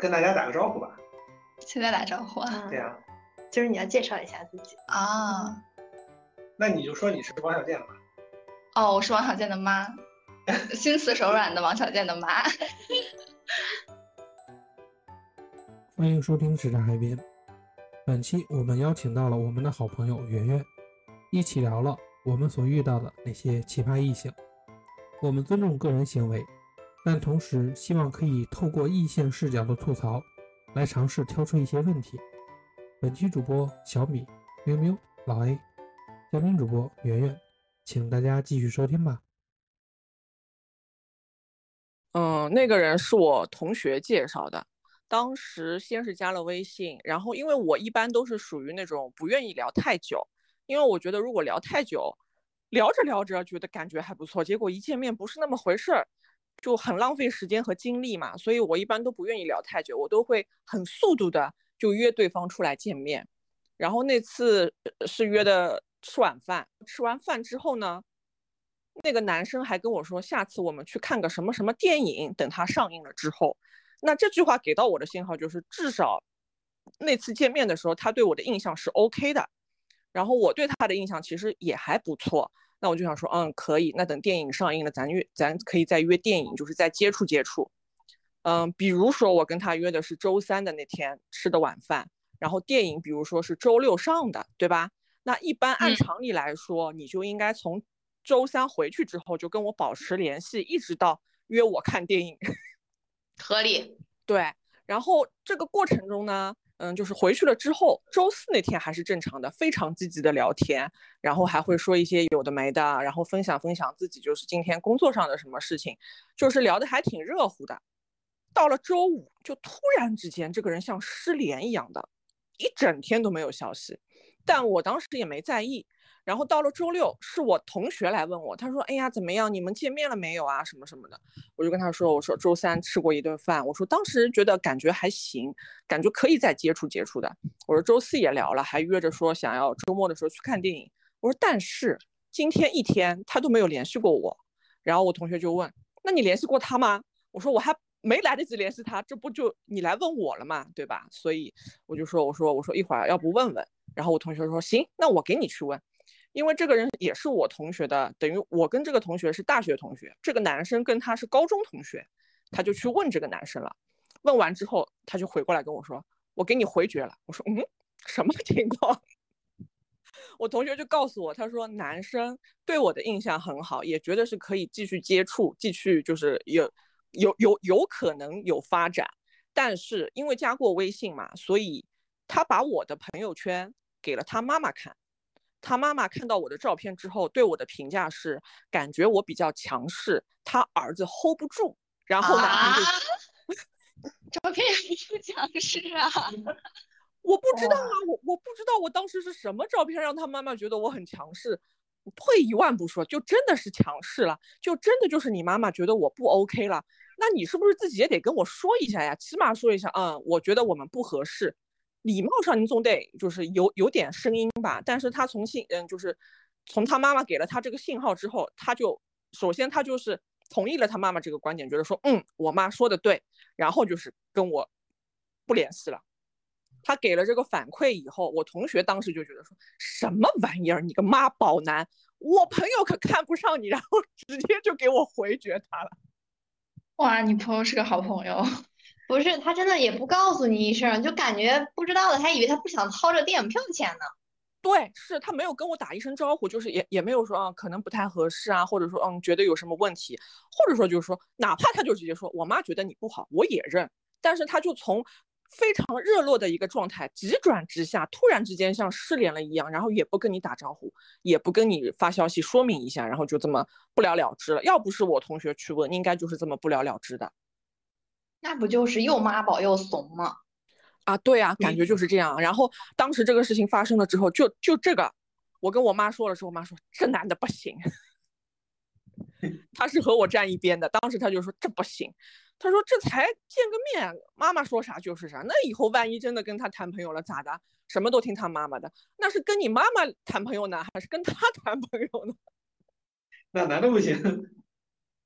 跟大家打个招呼吧。现在打招呼啊？对呀、就是你要介绍一下自己。啊，那你就说你是王小贱吧。哦，我是王小贱的 妈，心慈手软的王小贱的妈。欢迎收听《纸上海边》。本期我们邀请到了我们的好朋友圆圆，一起聊了我们所遇到的那些奇葩异性。我们尊重个人行为，但同时希望可以透过异性视角的吐槽，来尝试挑出一些问题。本期主播小米、喵喵、老 A，嘉宾主播圆圆，请大家继续收听吧。嗯，那个人是我同学介绍的，当时先是加了微信，然后因为我一般都是属于那种不愿意聊太久，因为我觉得如果聊太久，聊着聊着觉得感觉还不错，结果一见面不是那么回事儿，就很浪费时间和精力嘛，所以我一般都不愿意聊太久，我都会很速度的就约对方出来见面。然后那次呃是约的吃晚饭，吃完饭之后呢，那个男生还跟我说，下次我们去看个什么什么电影，等它上映了之后。那这句话给到我的信号就是，至少那次见面的时候，他对我的印象是 OK 的，然后我对他的印象其实也还不错。那我就想说，嗯，可以，那等电影上映了，咱约，咱可以再约电影，就是再接触接触。嗯，比如说我跟他约的是周三的那天吃的晚饭，然后电影比如说是周六上的，对吧？那一般按嗯常理来说，你就应该从周三回去之后就跟我保持联系，一直到约我看电影。合理。对，然后这个过程中呢，嗯，就是回去了之后，周四那天还是正常的，非常积极的聊天，然后还会说一些有的没的，然后分享分享自己就是今天工作上的什么事情，就是聊得还挺热乎的。到了周五，就突然之间，这个人像失联一样的，一整天都没有消息，但我当时也没在意。然后到了周六，是我同学来问我，他说：“哎呀，怎么样？你们见面了没有啊？什么什么的。”我就跟他说，我说周三吃过一顿饭，我说当时觉得感觉还行，感觉可以再接触接触的。我说周四也聊了，还约着说想要周末的时候去看电影。我说但是今天一天他都没有联系过我，然后我同学就问，那你联系过他吗？我说我还没来得及联系他，这不就你来问我了嘛，对吧？所以我就说，我说我说一会儿要不问问。然后我同学说行，那我给你去问。因为这个人也是我同学的，等于我跟这个同学是大学同学，这个男生跟他是高中同学，他就去问这个男生了。问完之后，他就回过来跟我说：“我给你回绝了。”我说：“嗯，什么情况？” 我同学就告诉我，他说男生对我的印象很好，也觉得是可以继续接触，继续就是有有有有可能有发展，但是因为加过微信嘛，所以他把我的朋友圈给了他妈妈看。他妈妈看到我的照片之后，对我的评价是感觉我比较强势，他儿子 hold 不住。然后男生就啊，照片也不强势啊。我不知道啊，我我不知道我当时是什么照片让他妈妈觉得我很强势。退一万步说，就真的是强势了，就真的就是你妈妈觉得我不 OK 了，那你是不是自己也得跟我说一下呀？起码说一下，嗯，我觉得我们不合适。礼貌上你总得就是有有点声音吧，但是他从信嗯，就是从他妈妈给了他这个信号之后，他就首先他就是同意了他妈妈这个观点，觉得说嗯，我妈说的对，然后就是跟我不联系了。他给了这个反馈以后，我同学当时就觉得说什么玩意儿，你个妈宝男，我朋友可看不上你，然后直接就给我回绝他了。哇，你朋友是个好朋友，不是， 他真的也不告诉你一声，就感觉不知道的，还以为他不想掏这电影票钱呢。对，是他没有跟我打一声招呼，就是也也没有说啊，可能不太合适啊，或者说嗯，觉得有什么问题，或者说就是说，哪怕他就直接说我妈觉得你不好，我也认，但是他就从非常热络的一个状态急转直下，突然之间像失联了一样，然后也不跟你打招呼，也不跟你发消息说明一下，然后就这么不了了之了。要不是我同学去问，应该就是这么不了了之的那不就是又妈宝又怂吗？啊。对啊，感觉就是这样。然后当时这个事情发生了之后，就就这个，我跟我妈说了之后，我妈说这男的不行。 他是和我站一边的，当时他就说这不行，他说这才见个面，妈妈说啥就是啥，那以后万一真的跟他谈朋友了咋的？什么都听他妈妈的，那是跟你妈妈谈朋友呢，还是跟他 谈朋友呢？那男的不行，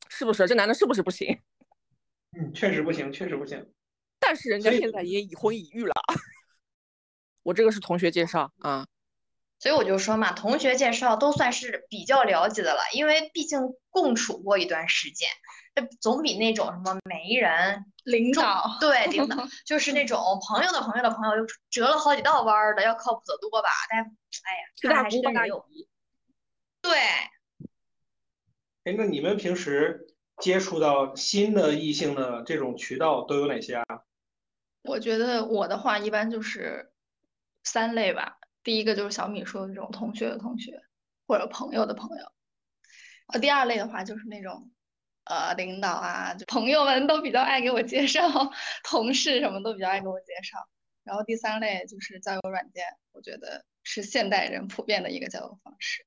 是不是？这男的是不是不行？嗯，确实不行，确实不行。但是人家所以现在也已婚已育了。 我这个是同学介绍啊，所以我就说嘛，同学介绍都算是比较了解的了，因为毕竟共处过一段时间，这总比那种什么媒人、领导对领 导，就是那种朋友的朋友的朋友，又折了好几道弯儿的，要靠谱得多吧？但哎呀，七看大还是姑跟八大人姨有，对，哎，那你们平时接触到新的异性的这种渠道都有哪些啊？我觉得我的话一般就是三类吧，第一个就是小米说的这种同学的同学或者朋友的朋友，呃，第二类的话就是那种呃领导啊，就朋友们都比较爱给我介绍，同事什么都比较爱给我介绍，然后第三类就是交友软件，我觉得是现代人普遍的一个交友方式。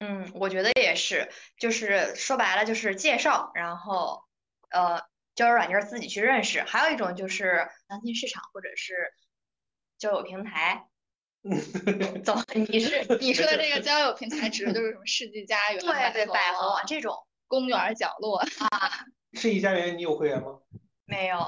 嗯，我觉得也是，就是说白了就是介绍，然后呃，交友软件儿自己去认识，还有一种就是相亲市场或者是交友平台。怎么？你是你说的这个是交友平台指的就是什么世纪佳缘、 对对，百合网网这种公园儿角落。世纪佳缘你有会员吗？没有，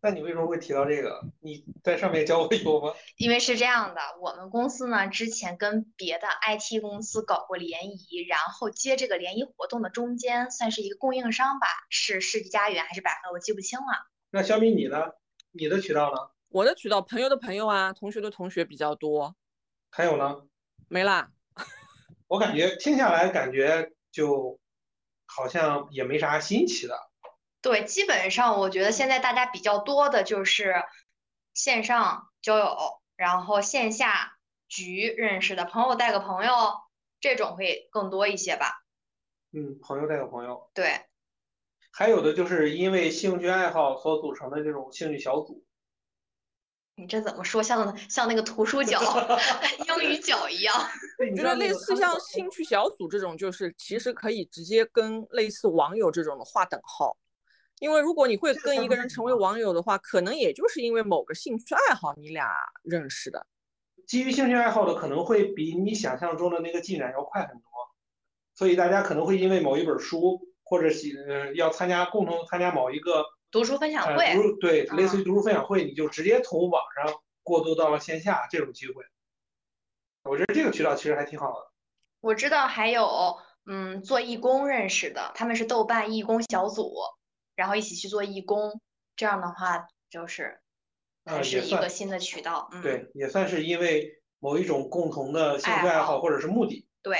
那你为什么会提到这个？你在上面交过友吗？因为是这样的，我们公司呢之前跟别的 IT 公司搞过联谊，然后接这个联谊活动的中间算是一个供应商吧，是世纪佳缘还是百合，我记不清了。那小米你呢？你的渠道呢？我的渠道朋友的朋友啊，同学的同学比较多，还有呢？没啦。我感觉听下来感觉就好像也没啥新奇的。对，基本上我觉得现在大家比较多的就是线上交友，然后线下局认识的朋友带个朋友，这种会更多一些吧。嗯，朋友带个朋友，对。还有的就是因为兴趣爱好所组成的这种兴趣小组。你这怎么说像像那个图书角、 英语角一样？ 对，你觉知道得那类个似他像们兴趣小组这种，就是其实可以直接跟类似网友这种的划等号，因为如果你会这个跟相一个当于人成为网友的话，可能也就是因为某个兴趣爱好你俩认识的。基于兴趣爱好的可能会比你想象中的那个进展要快很多，所以大家可能会因为某一本书或者喜呃要参加共同参加某一个读书分享呃会读，书对类似啊于读书分享会，你就直接从网上过渡到了线下这种机会。我觉得这个渠道其实还挺好的。我知道还有嗯做义工认识的，他们是豆瓣义工小组，然后一起去做义工，这样的话就是啊还是也一算个新的渠道。嗯，对，也算是因为某一种共同的兴趣爱爱好好或者是目的。对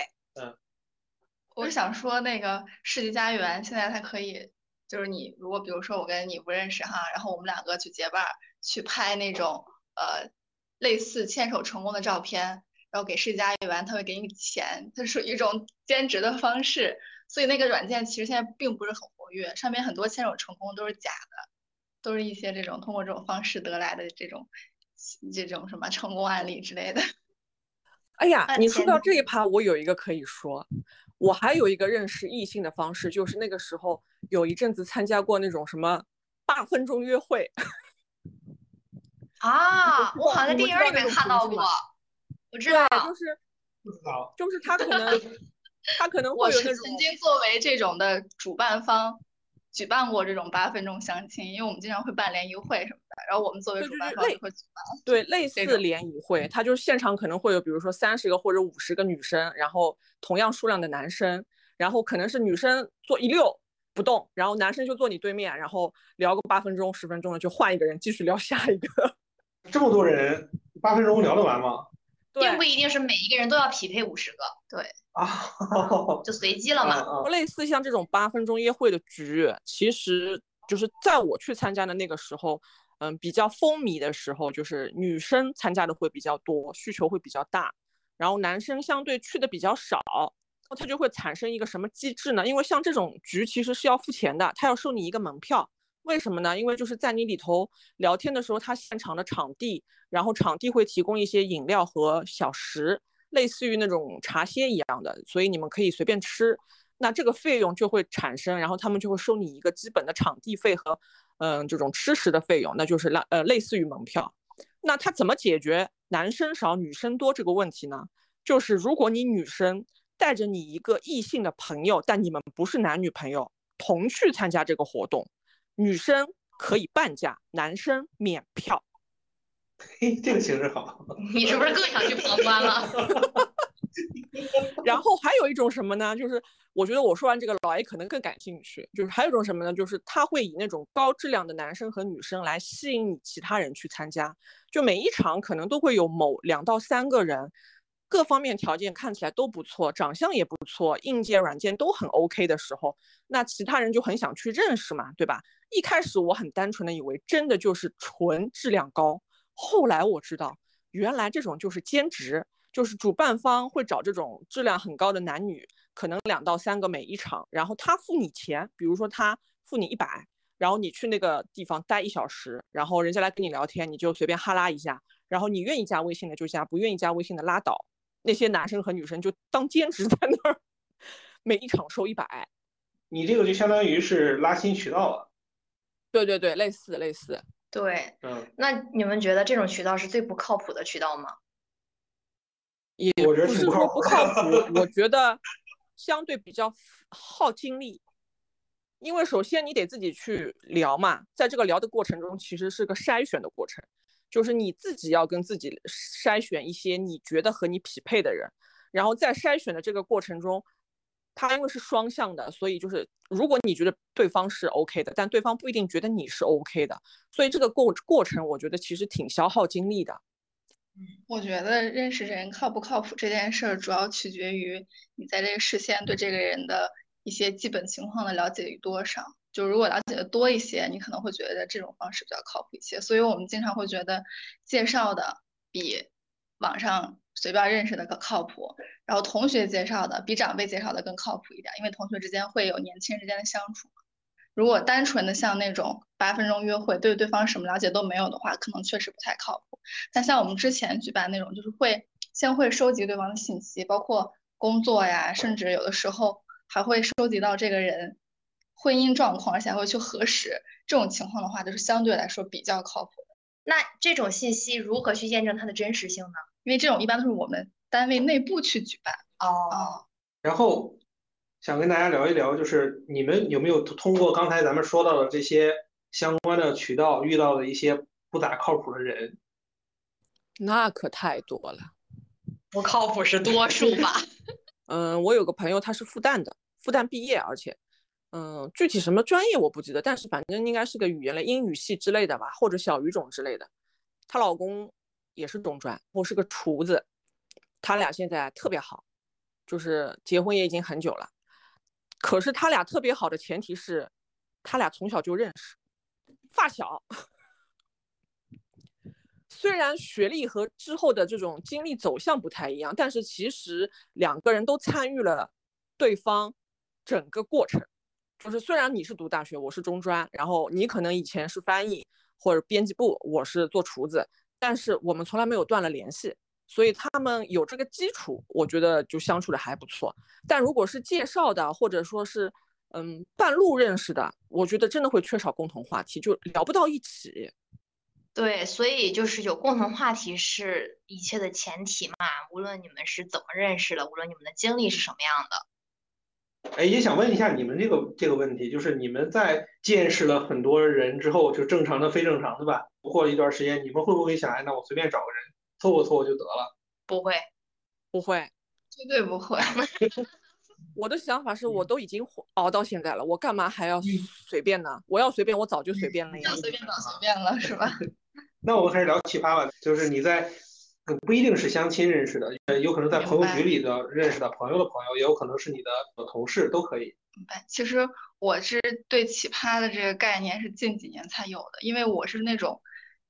我想说，那个世纪佳缘现在它可以，就是你如果比如说我跟你不认识哈，然后我们两个去结伴儿去拍那种呃类似牵手成功的照片，然后给世纪佳缘，他会给你钱，它是一种 兼职的方式，所以那个软件其实现在并不是很活跃，上面很多牵手成功都是假的，都是一些这种通过这种方式得来的这种这种什么成功案例之类的。哎呀那，你说前到这一趴，我有一个可以说，我还有一个认识异性的方式，就是那个时候有一阵子参加过那种什么八分钟约会， 啊，我好像在你电们影里知道面那种看形到式过吗，我知对，道，就是不知道，就是他可 能他可能我会有是那种曾经作为这种的主办方，举办过这种八分钟相亲，因为我们经常会办联谊会什么的，然后我们作为对主对办对方类就会举办。对，类这似种嗯联谊会，它就是现场可能会有，比如说三十个或者五十个女生，然后同样数量的男生，然后可能是女生坐一溜不动，然后男生就坐你对面，然后聊个八分钟、十分钟了，就换一个人继续聊下一个。 这么多人，八分钟聊得完 吗？对并，不一定是每一个人都要匹配五十个，啊，就随机了啊嘛。 啊！类似像这种八分钟约会的局，其实就是在我去参加的那个时候，嗯，比较风靡的时候，就是女生参加的会比较多，需求会比较大，然后男生相对去的比较少，它就会产生一个什么机制呢？因为像这种局其实是要付钱的，他要收你一个门票。为什么呢？因为就是在你里头聊天的时候，他现场的场地，然后场地会提供一些饮料和小食，类似于那种茶歇一样的，所以你们可以随便吃。那这个费用就会产生，然后他们就会收你一个基本的场地费和嗯这种吃食的费用，那就是类呃类似于门票。那他怎么解决男生少女生多这个问题呢？就是如果你女生带着你一个异性的朋友，但你们不是男女朋友，同去参加这个活动，女生可以半价，男生免票。嘿，哎这个形式好。你是不是更想去旁观了？然后还有一种什么呢？就是我觉得我说完这个，老 A 可能更感兴趣。就是还有一种什么呢？就是他会以那种高质量的男生和女生来吸引你其他人去参加。就每一场可能都会有某两到三个人，各方面条件看起来都不错，长相也不错，硬件软件都很 OK 的时候，那其他人就很想去认识嘛，对吧？一开始我很单纯的以为真的就是纯质量高，后来我知道原来这种就是兼职。就是主办方会找这种质量很高的男女，可能两到三个每一场，然后他付你钱，比如说他付你一百，然后你去那个地方待一小时，然后人家来跟你聊天，你就随便哈拉一下，然后你愿意加微信的就加，不愿意加微信的拉倒。那些男生和女生就当兼职在那儿， 每一场收一百。你这个就相当于是拉新渠道了。对对对，类似类似。对，嗯，那你们觉得这种渠道是最不靠谱的渠道吗？也我觉得不挺是不说靠不谱靠的谱，我觉得相对比较耗精力，因为首先你得自己去聊嘛，在这个聊的过程中，其实是个筛选的过程，就是你自己要跟自己筛选一些你觉得和你匹配的人，然后在筛选的这个过程中，它因为是双向的，所以就是如果你觉得对方是 OK 的，但对方不一定觉得你是 OK 的，所以这个过过程我觉得其实挺消耗精力的。我觉得认识人靠不靠谱这件事儿，主要取决于你在这个事先对这个人的一些基本情况的了解有多少。就如果了解的多一些，你可能会觉得这种方式比较靠谱一些。所以我们经常会觉得介绍的比网上随便认识的更靠谱，然后同学介绍的比长辈介绍的更靠谱一点，因为同学之间会有年轻人之间的相处。如果单纯的像那种八分钟约会，对对方什么了解都没有的话，可能确实不太靠谱。但像我们之前举办那种，就是会先会收集对方的信息，包括工作呀，甚至有的时候还会收集到这个人婚姻状况，而且还会去核实。这种情况的话，就是相对来说比较靠谱的，那这种信息如何去验证它的真实性呢？因为这种一般都是我们单位内部去举办哦，啊。然后想跟大家聊一聊，就是你们有没有通过刚才咱们说到的这些相关的渠道遇到的一些不咋靠谱的人？那可太多了。不靠谱是多数吧？ 嗯，我有个朋友，他是复旦的，复旦毕业，而且，嗯，具体什么专业我不记得，但是反正应该是个语言类，英语系之类的吧，或者小语种之类的。她老公也是中专，我是个厨子，他俩现在特别好，就是结婚也已经很久了。可是他俩特别好的前提是，他俩从小就认识，发小。虽然学历和之后的这种经历走向不太一样，但是其实两个人都参与了对方整个过程。就是虽然你是读大学，我是中专，然后你可能以前是翻译或者编辑部，我是做厨子，但是我们从来没有断了联系，所以他们有这个基础，我觉得就相处的还不错。但如果是介绍的，或者说是嗯半路认识的，我觉得真的会缺少共同话题，就聊不到一起。对，所以就是有共同话题是一切的前提嘛。无论你们是怎么认识的，无论你们的经历是什么样的，哎，也想问一下你们这个这个问题，就是你们在见识了很多人之后，就正常的、非正常的吧，过了一段时间，你们会不会想，哎，那我随便找个人凑合凑合就得了？不会。不会，绝对不会，我的想法是我嗯都已经活熬到现在了，我干嘛还要随便呢？我要随便，我早就随便了呀要。随便找随便了是吧？那我们还是聊奇葩吧，就是你在嗯不一定是相亲认识的，呃有可能在朋友明局白里的认识的朋友的朋友，也有可能是你的呃同事，都可以。明白，其实我是对奇葩的这个概念是近几年才有的，因为我是那种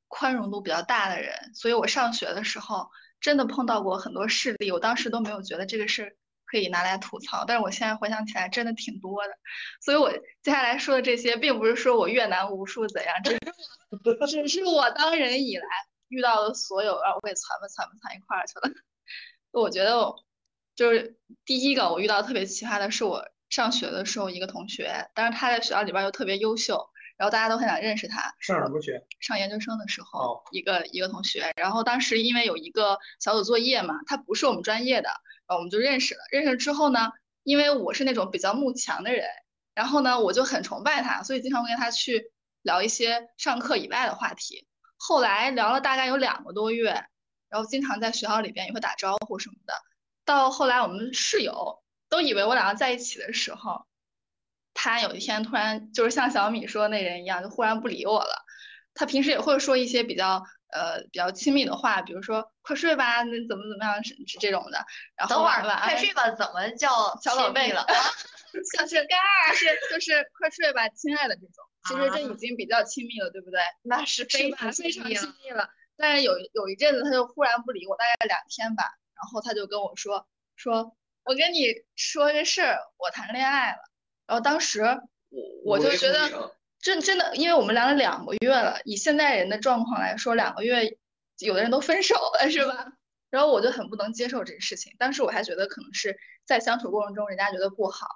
宽容度比较大的人，所以我上学的时候真的碰到过很多事例，我当时都没有觉得这个是可以拿来吐槽，但是我现在回想起来真的挺多的，所以我接下来说的这些，并不是说我越南无数怎样，只是我只是我当人以来遇到的所有，让我给攒吧攒吧攒一块儿去了。我觉得我就是第一个我遇到特别奇葩的是我上学的时候一个同学，但是他在学校里边儿又特别优秀，然后大家都很想认识他。上什么学？上研究生的时哦候，一个一个同学，然后当时因为有一个小组作业嘛，他不是我们专业的，然后我们就认识了。认识了之后呢，因为我是那种比较慕强的人，然后呢，我就很崇拜他，所以经常跟他去聊一些上课以外的话题。后来聊了大概有两个多月，然后经常在学校里边也会打招呼什么的。到后来我们室友都以为我俩在一起的时候，他有一天突然就是像小米说的那人一样，就忽然不理我了。他平时也会说一些比较呃比较亲密的话，比如说快睡吧，那怎么怎么样是是这种的。然后等会儿晚晚安快睡吧，怎么叫 小宝亲贝密了？像是嘎儿是就是快睡吧，亲爱的这种，其实这啊已经比较亲密了，对不对？那是是非吧？常非亲常密亲了。密了。但是有有一阵子他就忽然不理我，大概两天吧，然后他就跟我说说，我跟你说个事儿，我谈恋爱了。然后当时我我就为觉不啊得。了真真的，因为我们聊了两个月了，以现在人的状况来说，两个月有的人都分手了， 是吧？然后我就很不能接受这个事情，当时我还觉得可能是在相处过程中人家觉得不好，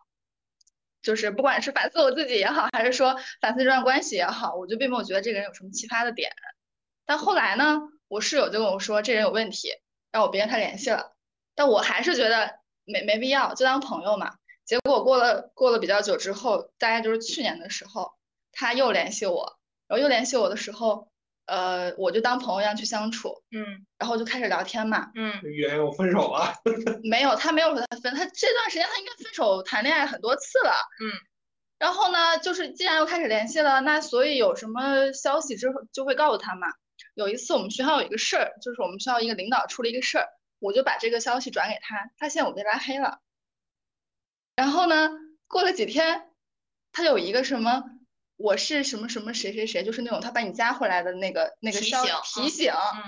就是不管是反思我自己也好，还是说反思这段关系也好，我就并没有觉得这个人有什么奇葩的点。但后来呢，我室友就跟我说这人有问题，让我别跟他联系了，但我还是觉得没没必要，就当朋友嘛。结果过了过了比较久之后，大概就是去年的时候，他又联系我，然后又联系我的时候，呃，我就当朋友一样去相处，嗯然后就开始聊天嘛。 嗯圆，我分手了， 没有，他没有和他分，他这段时间他应该分手谈恋爱很多次了。嗯。然后呢，就是既然又开始联系了，那所以有什么消息之后就会告诉他嘛。有一次我们学校有一个事儿，就是我们学校一个领导出了一个事儿，我就把这个消息转给他，他现在我被拉黑了。然后呢，过了几天，他有一个什么，我是什么什么谁谁谁，就是那种他把你加回来的那个那个提消醒提嗯醒，嗯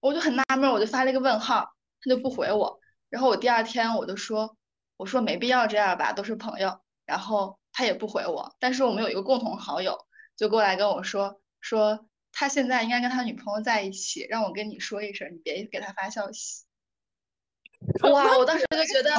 我就很纳闷儿，我就发了一个问号，他就不回我。然后我第二天我就说，我说没必要这样吧，都是朋友。然后他也不回我，但是我们有一个共同好友，就过来跟我说说他现在应该跟他女朋友在一起，让我跟你说一声，你别给他发消息。哇，我当时就觉得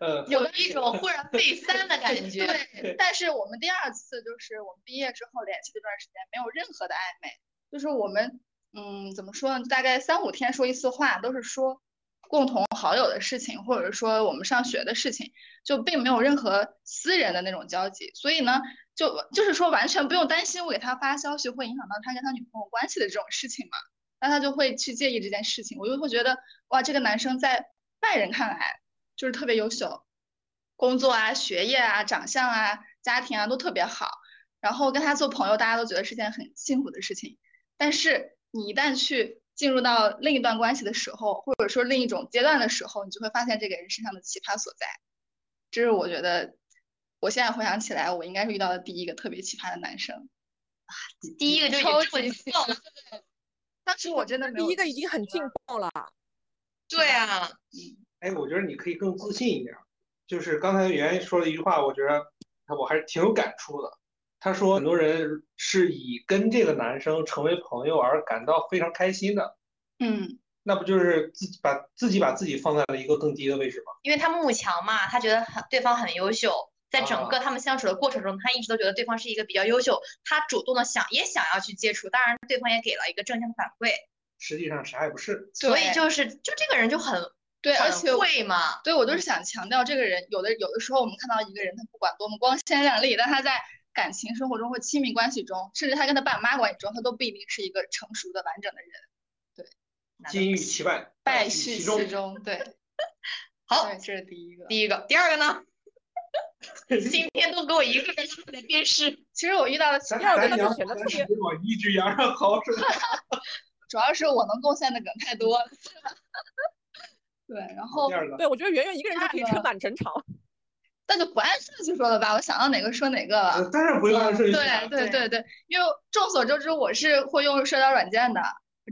嗯，有一种忽然被删的感觉。对，但是我们第二次就是我们毕业之后联系这段时间没有任何的暧昧，就是我们嗯怎么说呢，大概三五天说一次话，都是说共同好友的事情，或者说我们上学的事情，就并没有任何私人的那种交集。所以呢，就就是说完全不用担心我给他发消息会影响到他跟他女朋友关系的这种事情嘛，那他就会去介意这件事情，我就会觉得哇，这个男生在外人看来就是特别优秀。工作啊、学业啊、长相啊、家庭啊都特别好，然后跟他做朋友，大家都觉得是件很幸福的事情。但是你一旦去进入到另一段关系的时候，或者说另一种阶段的时候，你就会发现这个人身上的奇葩所在。这是我觉得，我现在回想起来，我应该是遇到的第一个特别奇葩的男生。第一个就已超经这么级激动了，当时我真的没有第一个已经很劲爆了，对啊，哎，我觉得你可以更自信一点儿。就是刚才圆圆说了一句话，我觉得我还是挺有感触的。他说很多人是以跟这个男生成为朋友而感到非常开心的，嗯，那不就是自己把自己把自己放在了一个更低的位置吗？因为他慕强嘛，他觉得很对方很优秀，在整个啊他们相处的过程中，他一直都觉得对方是一个比较优秀，他主动的想也想要去接触，当然对方也给了一个正向的反馈，实际上啥也不是。所以对就是就这个人就很对，而很且我会嘛，对，我就是想强调，这个人有的有的时候我们看到一个人，他不管多么光鲜亮丽，但他在感情生活中或亲密关系中，甚至他跟他爸妈关系中，他都不一定是一个成熟的完整的人。那金玉其外，败絮絮其其中。中，对，好对，这是哦第一个。第一个，第二个 呢？今天都给我一个人在鞭尸，其实我遇到的其咱第二咱他个那俩人就显得咱特别谁往一只羊上薅是吧？主要是我能贡献的梗太多了。 对，然后第二个，对我觉得圆圆一个人就可以撑满整场。那就不按顺序说了吧，我想到哪个说哪个了。呃当然不用按顺序对了。对对对对，因为众所周知，我是会用社交软件的，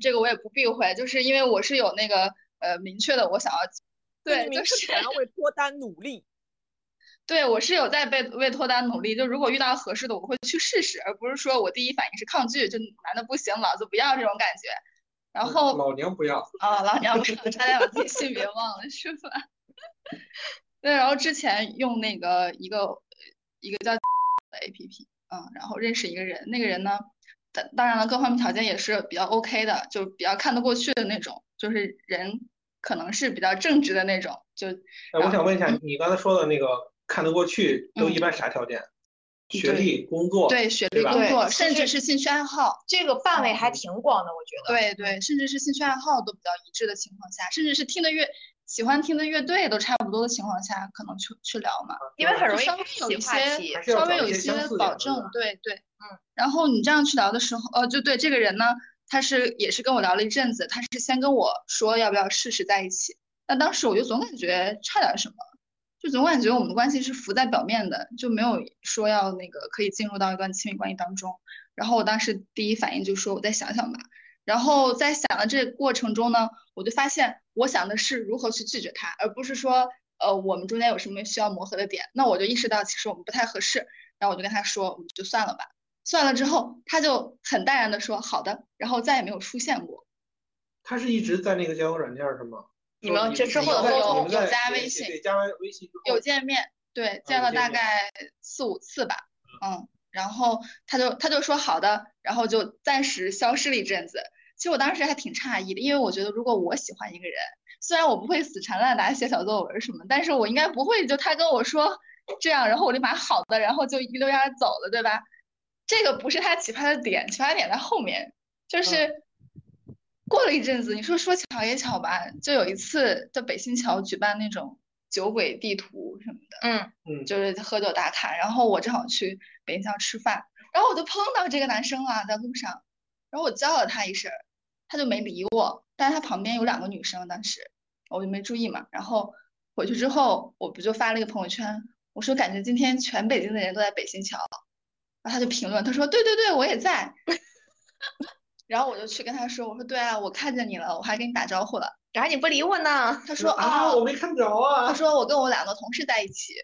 这个我也不避讳，就是因为我是有那个呃明确的我想要，对，明就确是地想要为脱单努力。 对我是有在被为脱单努力，就如果遇到合适的，我会去试试，而不是说我第一反应是抗拒，就男的不行，老子不要这种感觉。然后老娘不要。啊，老娘不要，差点把自己性别忘了，是吧？ 对，然后之前用那个一个一个叫 的 APP，嗯，然后认识一个人，那个人呢，当当然了，各方面条件也是比较 OK 的，就比较看得过去的那种，就是人可能是比较正直的那种，就哎，我想问一下，你刚才说的那个看得过去，都一般啥条件？学历、工作，对学历、吧工作，对甚甚至至是兴趣爱好，这个范围还挺广的，我觉得。对对，甚至是兴趣爱好都比较一致的情况下，甚至是听的乐喜欢听的乐队都差不多的情况下，可能去去聊嘛，因为很容易稍微有一起话些题还是要稍找微一有些相似点保的证对吧，对对，嗯。然后你这样去聊的时候，呃，就对这个人呢，他是也是跟我聊了一阵子，他是先跟我说要不要试试在一起，但当时我就总感觉差点什么。就总感觉我们的关系是浮在表面的，就没有说要那个可以进入到一段亲密关系当中。然后我当时第一反应就说我再想想吧。然后在想的这个过程中呢，我就发现我想的是如何去拒绝他，而不是说呃我们中间有什么需要磨合的点。那我就意识到其实我们不太合适，然后我就跟他说我们就算了吧。算了之后，他就很淡然的说好的，然后再也没有出现过。他是一直在那个交友软件上吗？你们这之之后的沟通有加微信对，加完微信之后有见面，对，见啊有了见大面概四五次吧，嗯，然后他就他就说好的，然后就暂时消失了一阵子。其实我当时还挺诧异的，因为我觉得如果我喜欢一个人，虽然我不会死缠烂打写小作文什么，但是我应该不会就他跟我说这样，然后我立马好的，然后就一溜烟儿走了，对吧？这个不是他奇葩的点，奇葩的点在后面，嗯就是过了一阵子，你说说巧也巧吧，就有一次在北新桥举办那种酒鬼地图什么的，嗯，嗯，就是喝酒打卡，然后我正好去北新桥吃饭，然后我就碰到这个男生了，在路上，然后我叫了他一声，他就没理我，但是他旁边有两个女生，当时我就没注意嘛，然后回去之后，我不就发了一个朋友圈，我说感觉今天全北京的人都在北新桥，然后他就评论，他说对对对，我也在，然后我就去跟他说，我说对啊，我看见你了，我还跟你打招呼了，然后你不理我呢，他说说啊，啊，我没看着啊，他说我跟我两个同事在一起，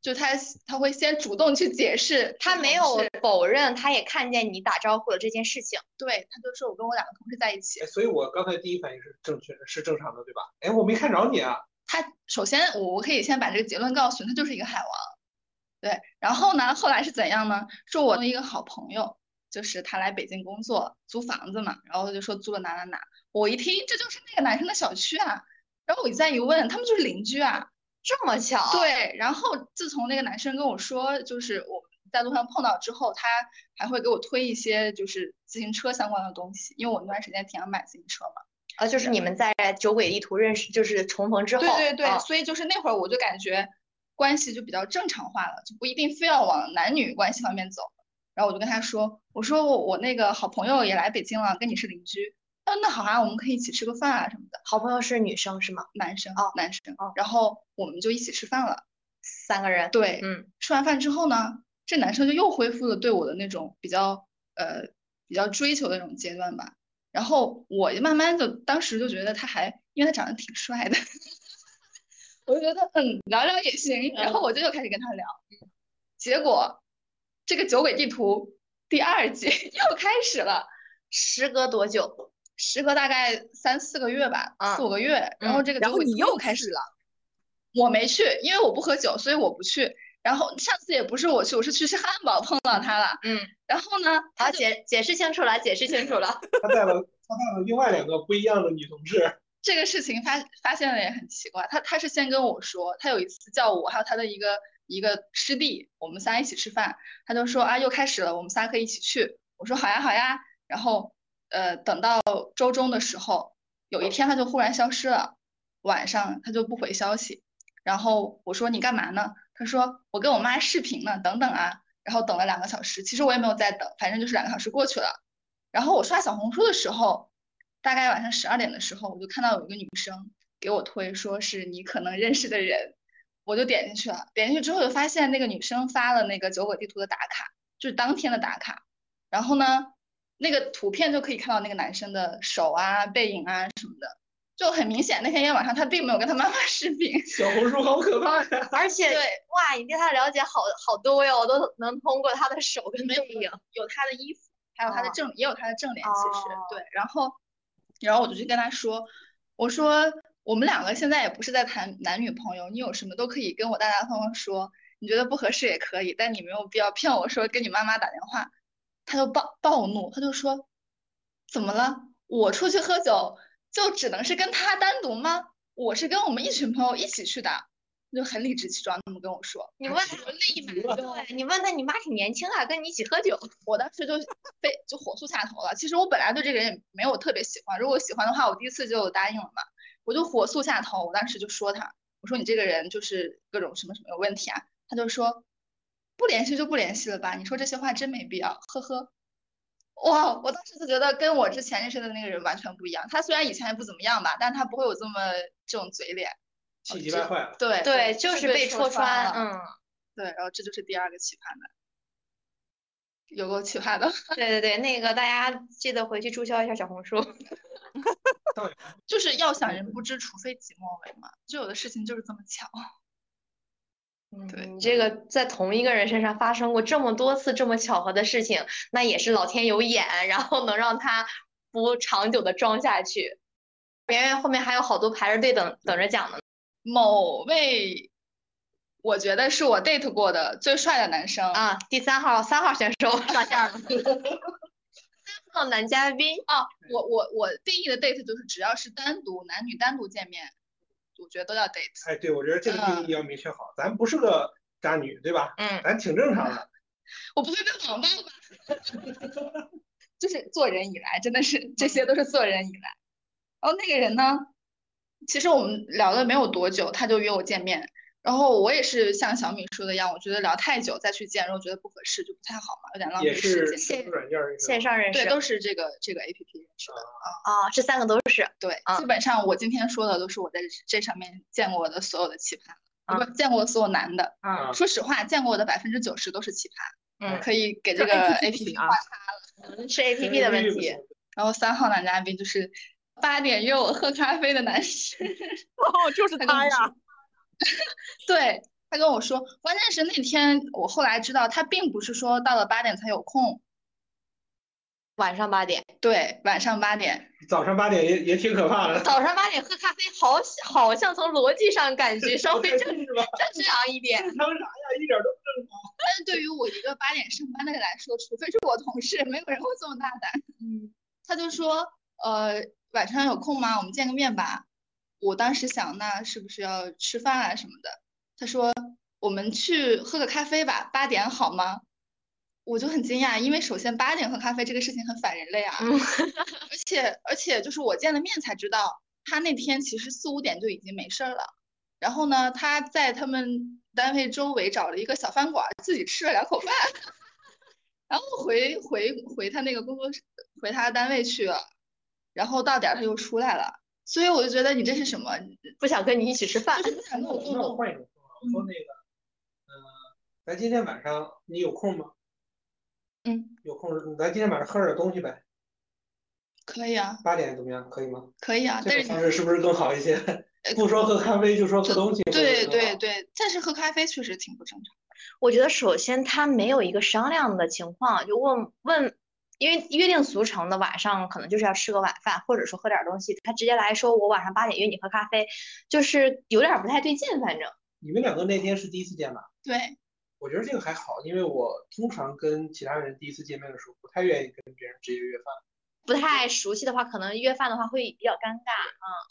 就他他会先主动去解释他没同有事否认，他也看见你打招呼了这件事情。对，他就说我跟我两个同事在一起哎。所以我刚才第一反应是正确的，是正常的，对吧？哎，我没看着你啊，他首先我我可以先把这个结论告诉你，他就是一个海王。对，然后呢，后来是怎样呢？是我的一个好朋友，就是他来北京工作，租房子嘛，然后就说租了哪哪哪。我一听这就是那个男生的小区啊，然后我一再一问，他们就是邻居啊。这么巧？，对，然后自从那个男生跟我说，就是我们在路上碰到之后，他还会给我推一些就是自行车相关的东西，因为我那段时间挺想买自行车嘛。啊，就是你们在酒鬼地图认识，就是重逢之后，对对对，啊所以就是那会儿我就感觉关系就比较正常化了，就不一定非要往男女关系方面走。然后我就跟他说，我说我我那个好朋友也来北京了，跟你是邻居。他说那好啊，我们可以一起吃个饭啊什么的。好朋友是女生是吗？男生，哦男生哦，然后我们就一起吃饭了。三个人，，对，嗯，吃完饭之后呢，这男生就又恢复了对我的那种比较呃比较追求的那种阶段吧。然后我就慢慢的，当时就觉得他还，因为他长得挺帅的， 我就觉得嗯聊聊也行。然后嗯我就又开始跟他聊，结果这个酒鬼地图第二季 又开始了，时隔多久？时隔大概三四个月吧，啊四五个月，然嗯后这个然酒后鬼你地又图开始了。我没去，因为我不喝酒，所以我不去。然后上次也不是我去，我是去吃汉堡碰到他了。嗯，然后呢，好，解解释清楚了，解释清楚了。他带了他带了另外两个不一样的女同事，这个事情发发现了也很奇怪，他他是先跟我说，他有一次叫我还有他的一个一个师弟，我们仨一起吃饭，他就说啊又开始了，我们仨可以一起去。我说好呀好呀，然后呃等到周中的时候，有一天他就忽然消失了，晚上他就不回消息，然后我说你干嘛呢？他说我跟我妈视频呢，等等啊，然后等了两个小时，其实我也没有再等，反正就是两个小时过去了。然后我刷小红书的时候，大概晚上十二点的时候，我就看到有一个女生给我推，说是你可能认识的人，我就点进去了。点进去之后，就发现那个女生发了那个酒鬼地图的打卡，就是当天的打卡。然后呢，那个图片就可以看到那个男生的手啊、背影啊什么的，就很明显那天晚上他并没有跟他妈妈视频。小红书好可怕呀！ 而且，对哇，你对他了解好好多哟，我都能通过他的手跟没背有影。有他的衣服，还有他的哦正，也有他的正脸，其实、哦对。然后，然后我就去跟他说，我说我们两个现在也不是在谈男女朋友，你有什么都可以跟我大大方方说，你觉得不合适也可以，但你没有必要骗我说跟你妈妈打电话。他就暴暴怒，他就说，怎么了？我出去喝酒就只能是跟他单独吗？我是跟我们一群朋友一起去的，就很理直气壮那么跟我说。你啊问什他么立马就对你问他，你妈挺年轻啊，跟你一起喝酒。 我当时就非就火速下头了。其实我本来对这个人也没有特别喜欢，如果喜欢的话，我第一次就答应了嘛。我就火速下头，我当时就说他，我说你这个人就是各种什么什么有问题啊。他就说不联系就不联系了吧，你说这些话真没必要，呵呵。哇，我当时就觉得跟我之前认识的那个人完全不一样。他虽然以前也不怎么样吧，但他不会有这么这种嘴脸。气急败坏了。对对，就是是被戳戳穿，了。嗯。对，然后这就是第二个奇葩男，有够奇葩的。 对对对，那个大家记得回去注销一下小红书。就是要想人不知，除非己莫为嘛。就有的事情就是这么巧。对你这个在同一个人身上发生过这么多次这么巧合的事情，那也是老天有眼，然后能让他不长久的装下去。圆圆后面还有好多排着队等等着讲呢。某位，我觉得是我 date 过的最帅的男生，啊，第三号三号选手 上线了，三号男嘉宾哦，我我我定义的 date 就是只要是单独男女单独见面，我觉得都叫 date。哎，对，我觉得这个定义要明确好，咱不是个渣女，对吧？嗯，咱挺正常的。我不会被网暴吧？ 就是做人以来，真的是这些都是做人以来。然后那个人呢，其实我们聊了没有多久，他就约我见面。然后我也是像小米说的一样，我觉得聊太久再去见，然后觉得不合适，就不太好嘛，有点浪费也时是社间。交软件认识的线上认识对，都是这个这个 A P P 认识的。啊，这三个都是对，啊基本上我今天说的都是我在这上面见过的所有的奇葩，啊不见过所有男的。啊说实话，见过的百分之九十都是奇葩，嗯可以给这这个 A P APP 不 P 行啊是 A P P 的问题。。嗯然后三号男嘉宾就是八点约我喝咖啡的男士， 哦，就是他跟我他呀说，对他跟我说，关键是那天我后来知道他并不是说到了八点才有空，晚上八点，对，晚上八点，早上八点也也挺可怕的， 早上八点喝咖啡，好好像从逻辑上感觉稍微正是吧？正常一点。正常啥哎呀？一点都不但是对于我一个八点上班的人来说，除非是我同事，没有人会这么大胆。嗯，他就说，呃，晚上有空吗？我们见个面吧。我当时想，那是不是要吃饭啊什么的？他说，我们去喝个咖啡吧，八点好吗？我就很惊讶，因为首先八点喝咖啡这个事情很反人类啊，嗯而且而且就是我见了面才知道，他那天其实四五点就已经没事儿了。然后呢，他在他们单位周围找了一个小饭馆儿，自己吃了两口饭， 然后回回回他那个工作室，回他单位去了。然后到点儿他又出来了，所以我就觉得你这是什么？不想跟你一起吃饭。就是不想跟我正常。做那我 梦。换一种说法，我说那个，呃，咱今天晚上你有空吗？嗯，有空，咱今天晚上喝点东西呗，可以啊，八点怎么样？可以吗？可以啊，但这是个你方式是不是更好一些？不说喝咖啡，就说喝东西。会对不会更对好，对，但是喝咖啡确实挺不正常。我觉得首先他没有一个商量的情况，就问问，因为约定俗成的晚上可能就是要吃个晚饭，或者说喝点儿东西。他直接来说我晚上八点约你喝咖啡，就是有点儿不太对劲，反正你们两个那天是第一次见吧？对，我觉得这个还好，因为我通常跟其他人第一次见面的时候，不太愿意跟别人直接约饭。不太熟悉的话，可能约饭的话会比较尴尬。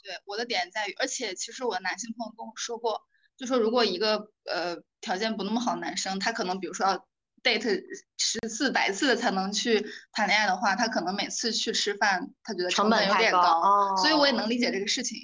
对，我的点在于，而且其实我的男性朋友跟我说过，就说如果一个呃条件不那么好的男生，他可能比如说要 date 十次百次的才能去谈恋爱的话，他可能每次去吃饭，他觉得成本本有太点高，哦、所以我也能理解这个事情。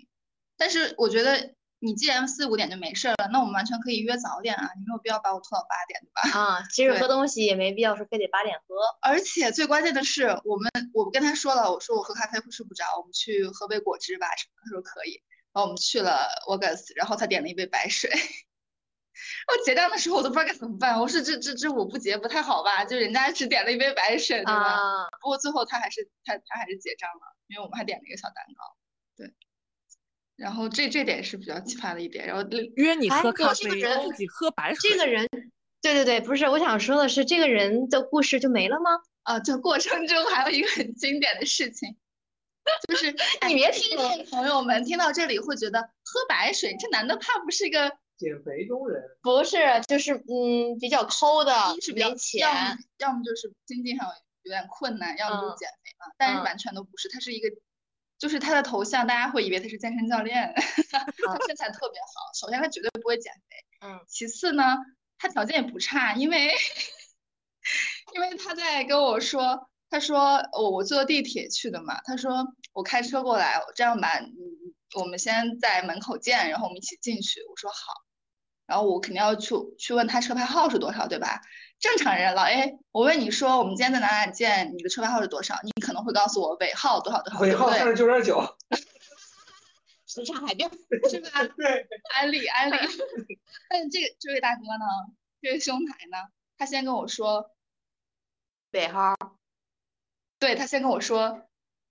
但是我觉得你既然四五点就没事儿了，那我们完全可以约早点啊，你没有必要把我拖到八点，对吧？啊，其实对喝东西也没必要说非得八点喝。而且最关键的是，我们我跟他说了，我说我喝咖啡会睡不着，我们去喝杯果汁吧什么的，他说可以。然后我们去了 Wagas，然后他点了一杯白水。 我结账的时候我都不知道该怎么办，我说这这这我不结不太好吧？就人家只点了一杯白水，对吧？啊，不过最后他还是他他还是结账了，因为我们还点了一个小蛋糕。对，然后这这点是比较奇葩的一点。然后另约你哎喝这个咖这啡个，人自己喝白水。这个人，对对对，不是，我想说的是，这个人的故事就没了吗？啊，这过程中还有一个很经典的事情，就是你别听听众朋友们听到这里会觉得喝白水，这男的怕不是个减肥中人，不是，就是嗯，比较抠的一是，比较没钱。要么要么就是经济上有点困难，要么就是嗯减肥嘛，但是嗯完全都不是，他是一个就是他的头像，大家会以为他是健身教练， 他身材特别好。首先他绝对不会减肥，嗯，其次呢，他条件也不差，因为因为他在跟我说，他说我、我坐地铁去的嘛，他说我开车过来，这样吧，嗯，我们先在门口见，然后我们一起进去。我说好，然后我肯定要去去问他车牌号是多少，对吧？正常人，老 A，我问你说我们今天在哪哪见，你的车牌号是多少？你可能会告诉我尾号多少哦多少，尾对不号对三十九点九，什刹海淀，是吧？对，安利安利。 但是这个这位大哥呢，这位兄台呢，他先跟我说，尾号，对他先跟我说，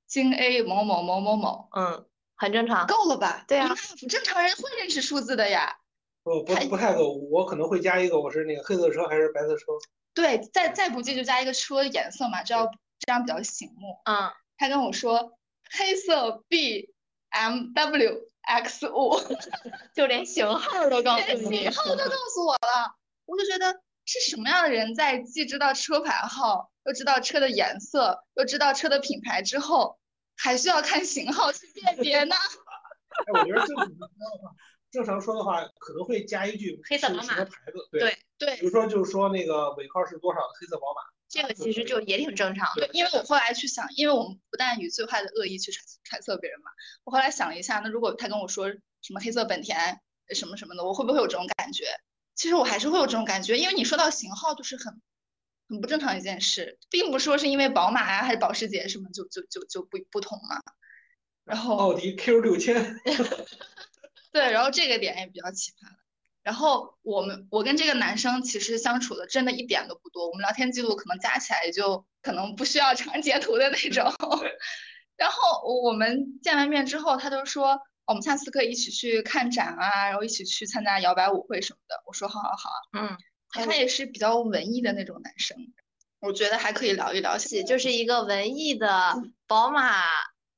京 A 某某某某某，嗯，很正常。够了吧？对啊我说那正常人会认识数字的呀。不不太不太够，我可能会加一个，我是那个黑色车还是白色车？对，再再不济就加一个车颜色嘛，这样这样比较醒目。嗯，他跟我说，黑色 B M W X 五。 就连型号都告诉你连。型号都告诉我了，我就觉得是什么样的人在既知道车牌号，又知道车的颜色，又知道车的品牌之后，还需要看型号去辨别呢？哎，我觉得正常说的话，正常说的话可能会加一句黑色是宝什马么牌子？对，对对比如说就是说那个尾号是多少的黑色宝马？这个其实就也挺正常对的，，因为我后来去想，因为我们不但以最坏的恶意去揣揣测别人嘛，我后来想了一下，那如果他跟我说什么黑色本田呃什么什么的，我会不会有这种感觉？其实我还是会有这种感觉，因为你说到型号就是很很不正常一件事，并不是说是因为宝马啊呀、还是保时捷什么就就就就不不同嘛。然后奥迪 Q 六千，对，然后这个点也比较奇葩了。然后我们，我跟这个男生其实相处的真的一点都不多，我们聊天记录可能加起来也就可能不需要长截图的那种。然后我我们见完面之后，他就说哦我们下次可以一起去看展啊，然后一起去参加摇摆舞会什么的。我说好好好啊。嗯，他也是比较文艺的那种男生，我觉得还可以聊一聊。自己就是一个文艺的宝马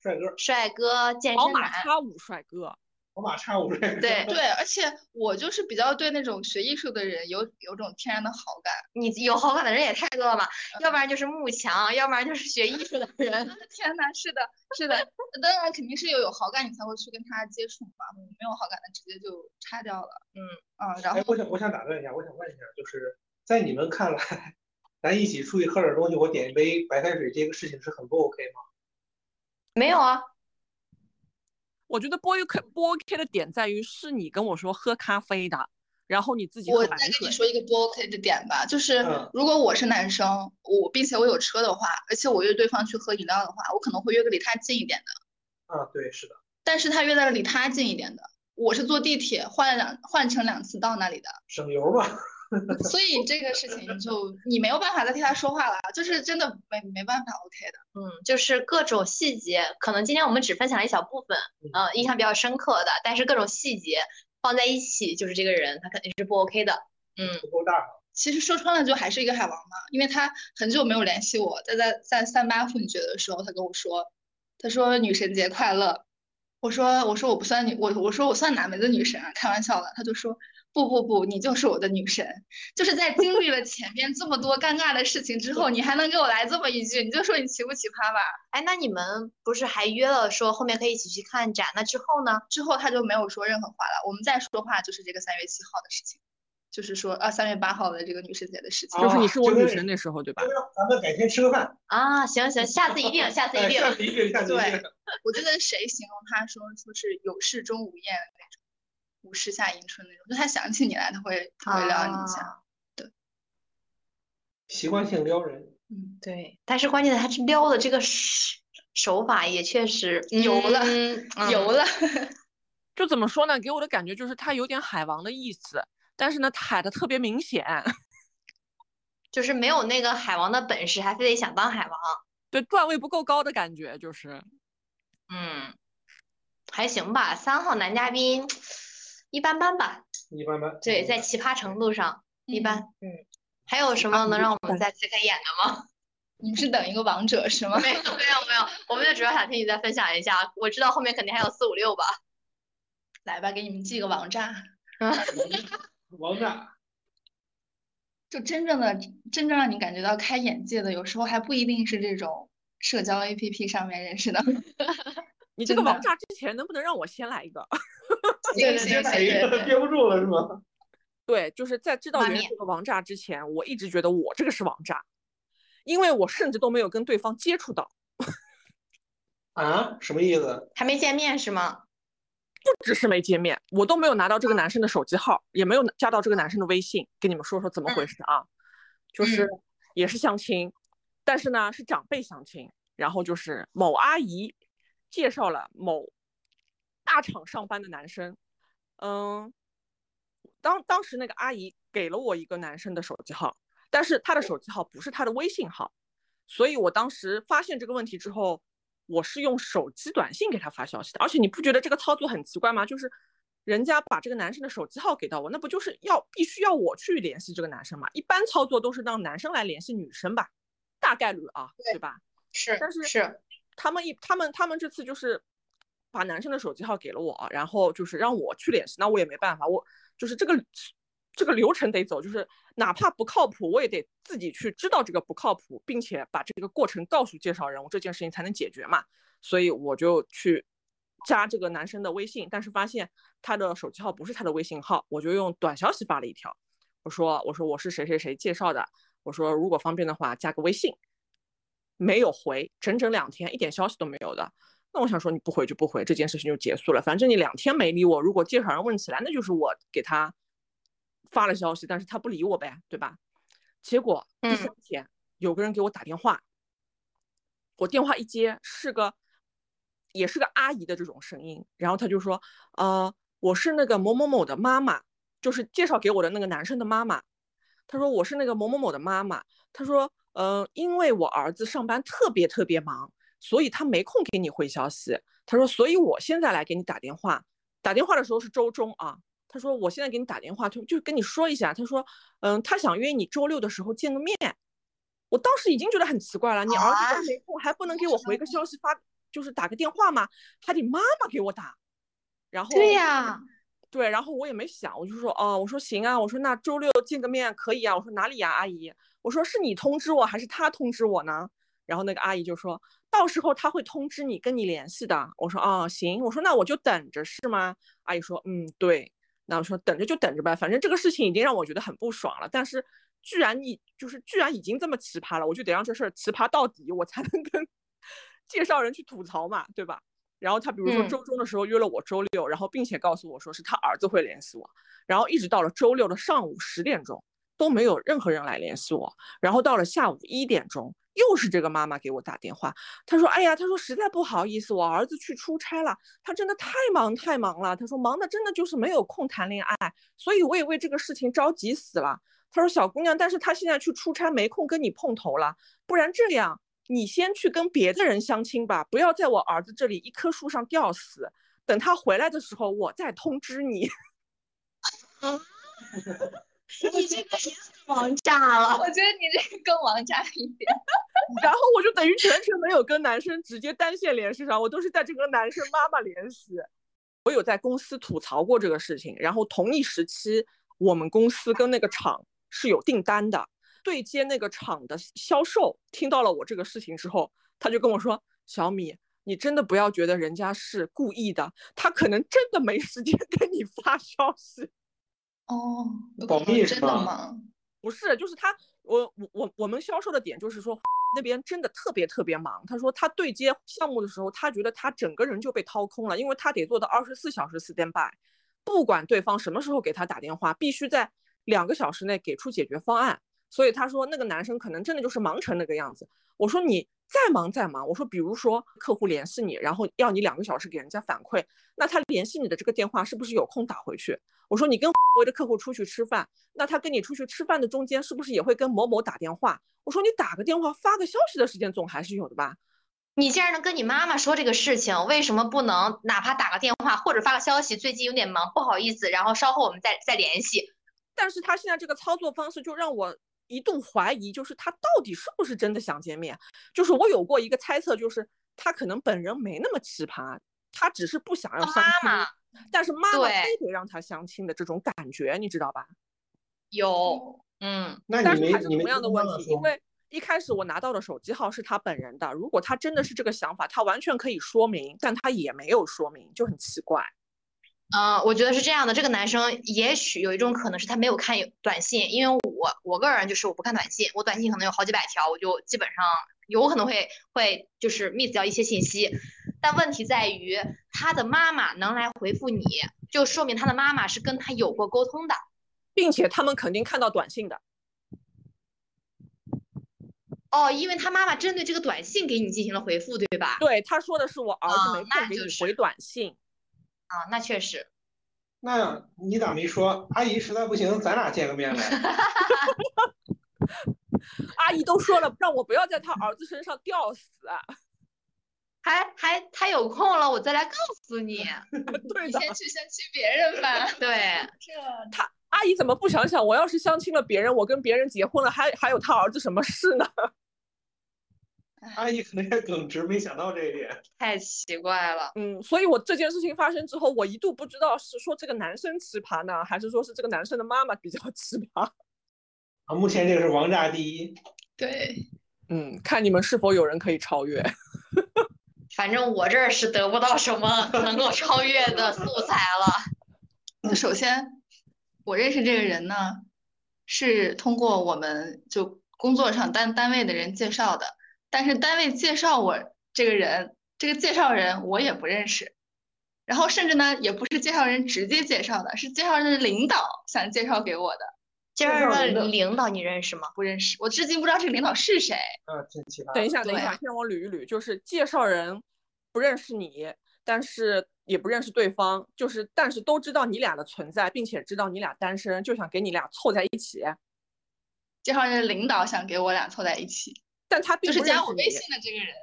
帅哥，帅哥健宝身马男，叉五帅哥，宝马叉五帅哥。对对，而且我就是比较对那种学艺术的人有有种天然的好感。你有好感的人也太多了吧？要不然就是慕强，要不然就是学艺术的人。天呐，是的，是的， 当然肯定是有有好感你才会去跟他接触嘛，嗯没有好感的直接就叉掉了。嗯嗯，然哎，后我想我想打断一下，我想问一下，就是在你们看来， 咱一起出去喝点东西，我点一杯白开水，这个事情是很不 OK 吗？没有啊，我觉得不 OK 不 OK 的点在于是你跟我说喝咖啡的，然后你自己我喝再白跟水你，说一个不 OK 的点吧，就是嗯如果我是男生，我并且我有车的话，而且我约对方去喝饮料的话，我可能会约个离他近一点的，啊，对，是的，但是他约的是离他近一点的，我是坐地铁换了两换乘两次到 那里的。省油吧。所以这个事情就你没有办法再替他说话了，就是真的没没办法 OK 的。嗯，就是各种细节，可能今天我们只分享了一小部分，嗯呃，印象比较深刻的，但是各种细节放在一起，就是这个人他肯定是不 OK 的。嗯，不够大方。其实说穿了就还是一个海王嘛，因为他很久没有联系我，在在在三八妇女节的时候，他跟我说，他说女神节快乐，我说我说我不算女，我我说我算哪门子女神啊，开玩笑的，他就说不不不，你就是我的女神，就是在经历了前面这么多尴尬的事情之后，你还能给我来这么一句，你就说你奇不奇葩吧？哎，那你们不是还约了说后面可以一起去看展？那之后呢？之后他就没有说任何话了。我们再说话就是这个三月七号的事情，就是说啊三月八号的这个女神节的事情。就是你啊是我就女是神那时候对吧要不？然咱们改天吃个饭，啊，行行，下次一定，下次一哎，定。 下次一定，下次一定。我记得谁形容他说说是有事钟无艳的那种，无事夏迎春那种，就他想起你来，他会他会撩你一下。习惯性撩人，嗯，对，但是关键的他是撩的这个手手法也确实油了 嗯有了，就怎么说呢？给我的感觉就是他有点海王的意思，但是呢，他海的特别明显。就是没有那个海王的本事，还非得想当海王。对，段位不够高的感觉，就是嗯，还行吧。三号男嘉宾一般般吧，一般般。对，在奇葩程度上一般。嗯，还有什葩么能程让度我们再再开眼的吗？你们是等一个王者是吗？没有， 没有，没有。我们就主要想听你再分享一下。我知道后面肯定还有四五六 吧。来吧，给你们寄个王炸。王炸， 就真正的真正让你感觉到开 眼界的，有时候还不一定是这种社交 APP 上面认识的。你这个真的王炸之前能不能让我先来一个？ 对行你 先行行来一对个，对，憋不住了是吧？对，就是在知道画原来面这个王炸之前，我一直觉得我这个是王炸，因为我甚至都没有跟对方接触到，啊，什么意思？还没见面是吗？不只是没见面，我都没有拿到这个男生的手机号，也没有加到这个男生的微信，跟你们说说怎么回事啊？就是也是相亲，但是呢是长辈相亲，然后就是某阿姨介绍了某大厂上班的男生，嗯，当当时那个阿姨给了我一个男生的手机号，但是他的手机号不是他的微信号，所以我当时发现这个问题之后，我是用手机短信给他发消息的。而且你不觉得这个操作很奇怪吗？就是人家把这个男生的手机号给到我，那不就是要必须要我去联系这个男生吗？一般操作都是让男生来联系女生吧，大概率啊，对吧？是，但是是，他们一他们他们这次就是把男生的手机号给了我，然后就是让我去联系，那我也没办法，我就是这个这个流程得走，就是哪怕不靠谱，我也得自己去知道这个不靠谱，并且把这个过程告诉介绍人，我这件事情才能解决嘛。所以我就去加这个男生的微信，但是发现他的手机号不是他的微信号，我就用短消息发了一条，我说我说我是谁谁谁介绍的，我说如果方便的话加个微信，没有回，整整两天一点消息都没有的。那我想说你不回就不回，这件事情就结束了。反正你两天没理我，如果介绍人问起来，那就是我给他发了消息，但是他不理我呗，对吧？结果第三天、有个人给我打电话，我电话一接是个也是个阿姨的这种声音，然后他就说，呃，我是那个某某某的妈妈，就是介绍给我的那个男生的妈妈。他说我是那个某某某的妈妈，他说，嗯、因为我儿子上班特别特别忙，所以他没空给你回消息。他说，所以我现在来给你打电话。打电话的时候是周中啊。他说，我现在给你打电话，就就跟你说一下。他说，嗯，他想约你周六的时候见个面。我当时已经觉得很奇怪了，你儿子啊都没空，还不能给我回个消息发，就是打个电话吗？还得妈妈给我打。然后对呀，对，然后我也没想，我就说哦，我说行啊，我说那周六见个面可以啊，我说哪里呀、阿姨？我说是你通知我还是他通知我呢？然后那个阿姨就说，到时候他会通知你跟你联系的。我说哦，行，我说那我就等着是吗？阿姨说嗯，对。那我说等着就等着呗，反正这个事情已经让我觉得很不爽了，但是居然你就是居然已经这么奇葩了，我就得让这事儿奇葩到底，我才能跟 介绍人去吐槽嘛，对吧？然后他比如说嗯周中的时候约了我周六，然后并且告诉我说是他儿子会联系我，然后一直到了周六的上午十点钟都没有任何人来联系我，然后到了下午一点钟又是这个妈妈给我打电话，她说哎呀，她说实在不好意思，我儿子去出差了，他真的太忙太忙了，她说忙的真的就是没有空谈恋爱，所以我也为这个事情着急死了。她说小姑娘，但是她现在去出差没空跟你碰头了，不然这样，你先去跟别的人相亲吧，不要在我儿子这里一棵树上吊死。等他回来的时候，我再通知你。你这个也很王炸了。 我觉得你这个更王炸一点。然后我就等于全程没有跟男生直接单线联系上，我都是在这个男生妈妈联系。我有在公司吐槽过这个事情，然后同一时期，我们公司跟那个厂是有订单的，对接那个厂的销售听到了我这个事情之后，他就跟我说：“小米，你真的不要觉得人家是故意的，他可能真的没时间 跟你发消息。”哦，有保可能密是真的吧吗？不是，就是他，我我我我们销售的点就是说那边真的特别特别忙。他说他对接项目的时候，他觉得他整个人就被掏空了，因为他得做到二十四小时 stand by，不管对方什么时候给他打电话，必须在两个小时内给出解决方案。所以他说那个男生可能真的就是忙成那个样子。我说你再忙再忙，我说比如说客户联系你，然后要你两个小时给人家反馈，那他联系你的这个电话是不是有空打回去？我说你跟 我的客户出去吃饭，那他跟你出去吃饭的中间，是不是也会跟某某打电话？我说你打个电话发个消息的时间总还是有的吧？你既然能跟你妈妈说这个事情，为什么不能哪怕打个电话或者发个消息？最近有点忙，不好意思，然后稍后我们再再联系。但是他现在这个操作方式就让我一度怀疑，就是他到底是不是真的想见面？就是我有过一个猜测，就是他可能本人没那么奇葩，他只是不想要他相亲，妈妈但是妈妈对非得让他相亲的这种感觉，你知道吧？有，嗯，那但你哦是没还是嗯你没同样的跟问妈妈题，说因吗为一开始我拿到的手机号是他本人的，如果他真的是这个想法，他完全可以说明，但他也没有说明，就很奇怪。呃，我觉得是这样的，这个男生也许有一种可能是他没有看短信，因为我我个人就是我不看短信，我短信可能有好几百条，我就基本上有可能会会就是 miss 掉一些信息。但问题在于，他的妈妈能来回复你，就说明他的妈妈是跟他有过沟通的。并且他们肯定看到短信的，哦，因为他妈妈针对这个短信给你进行了回复，对吧？对他说的是我儿子没哦那空给你就是回短信，啊，那确实。那你咋没说？阿姨实在不行，咱俩见个面呗。阿姨都说了让我不要在他儿子身上吊 死，还还他有空了，我再来告诉你。对你的，先去先亲别人 吧。对，这阿姨怎么不想想，我要是相亲了别人，我跟别人结婚了，还还有他儿子什么事呢？ 阿姨可能也耿直，没想到这一点。太奇怪了。嗯，所以我这件事情发生之后，我一度不知道是说这个男生奇葩呢，还是说是这个男生的妈妈比较奇葩。啊，目前这个是王炸第一。对，嗯，看你们是否有人可以超越。嗯反正我这儿是得不到什么能够超越的素材了。那首先我认识这个人呢，是通过我们就工作上单单位的人介绍的，但是单位介绍我这个人，这个介绍人我也不认识。然后甚至呢，也不是介绍人直接介绍的，是介绍人的领导想介绍给我的，介绍绍人的的领导你认识吗？不认识，我至今不知道这个领导是谁。啊，真奇葩。 等一下，等一对下，先我捋一捋，就是介绍人不认识你，但是也不认识对方，就是但是都知道你俩的存在，并且知道你俩单身，就想给你俩凑在一起，介绍人的领导想给我俩凑在一起，但他并就是不认加我识你微。信的这个人，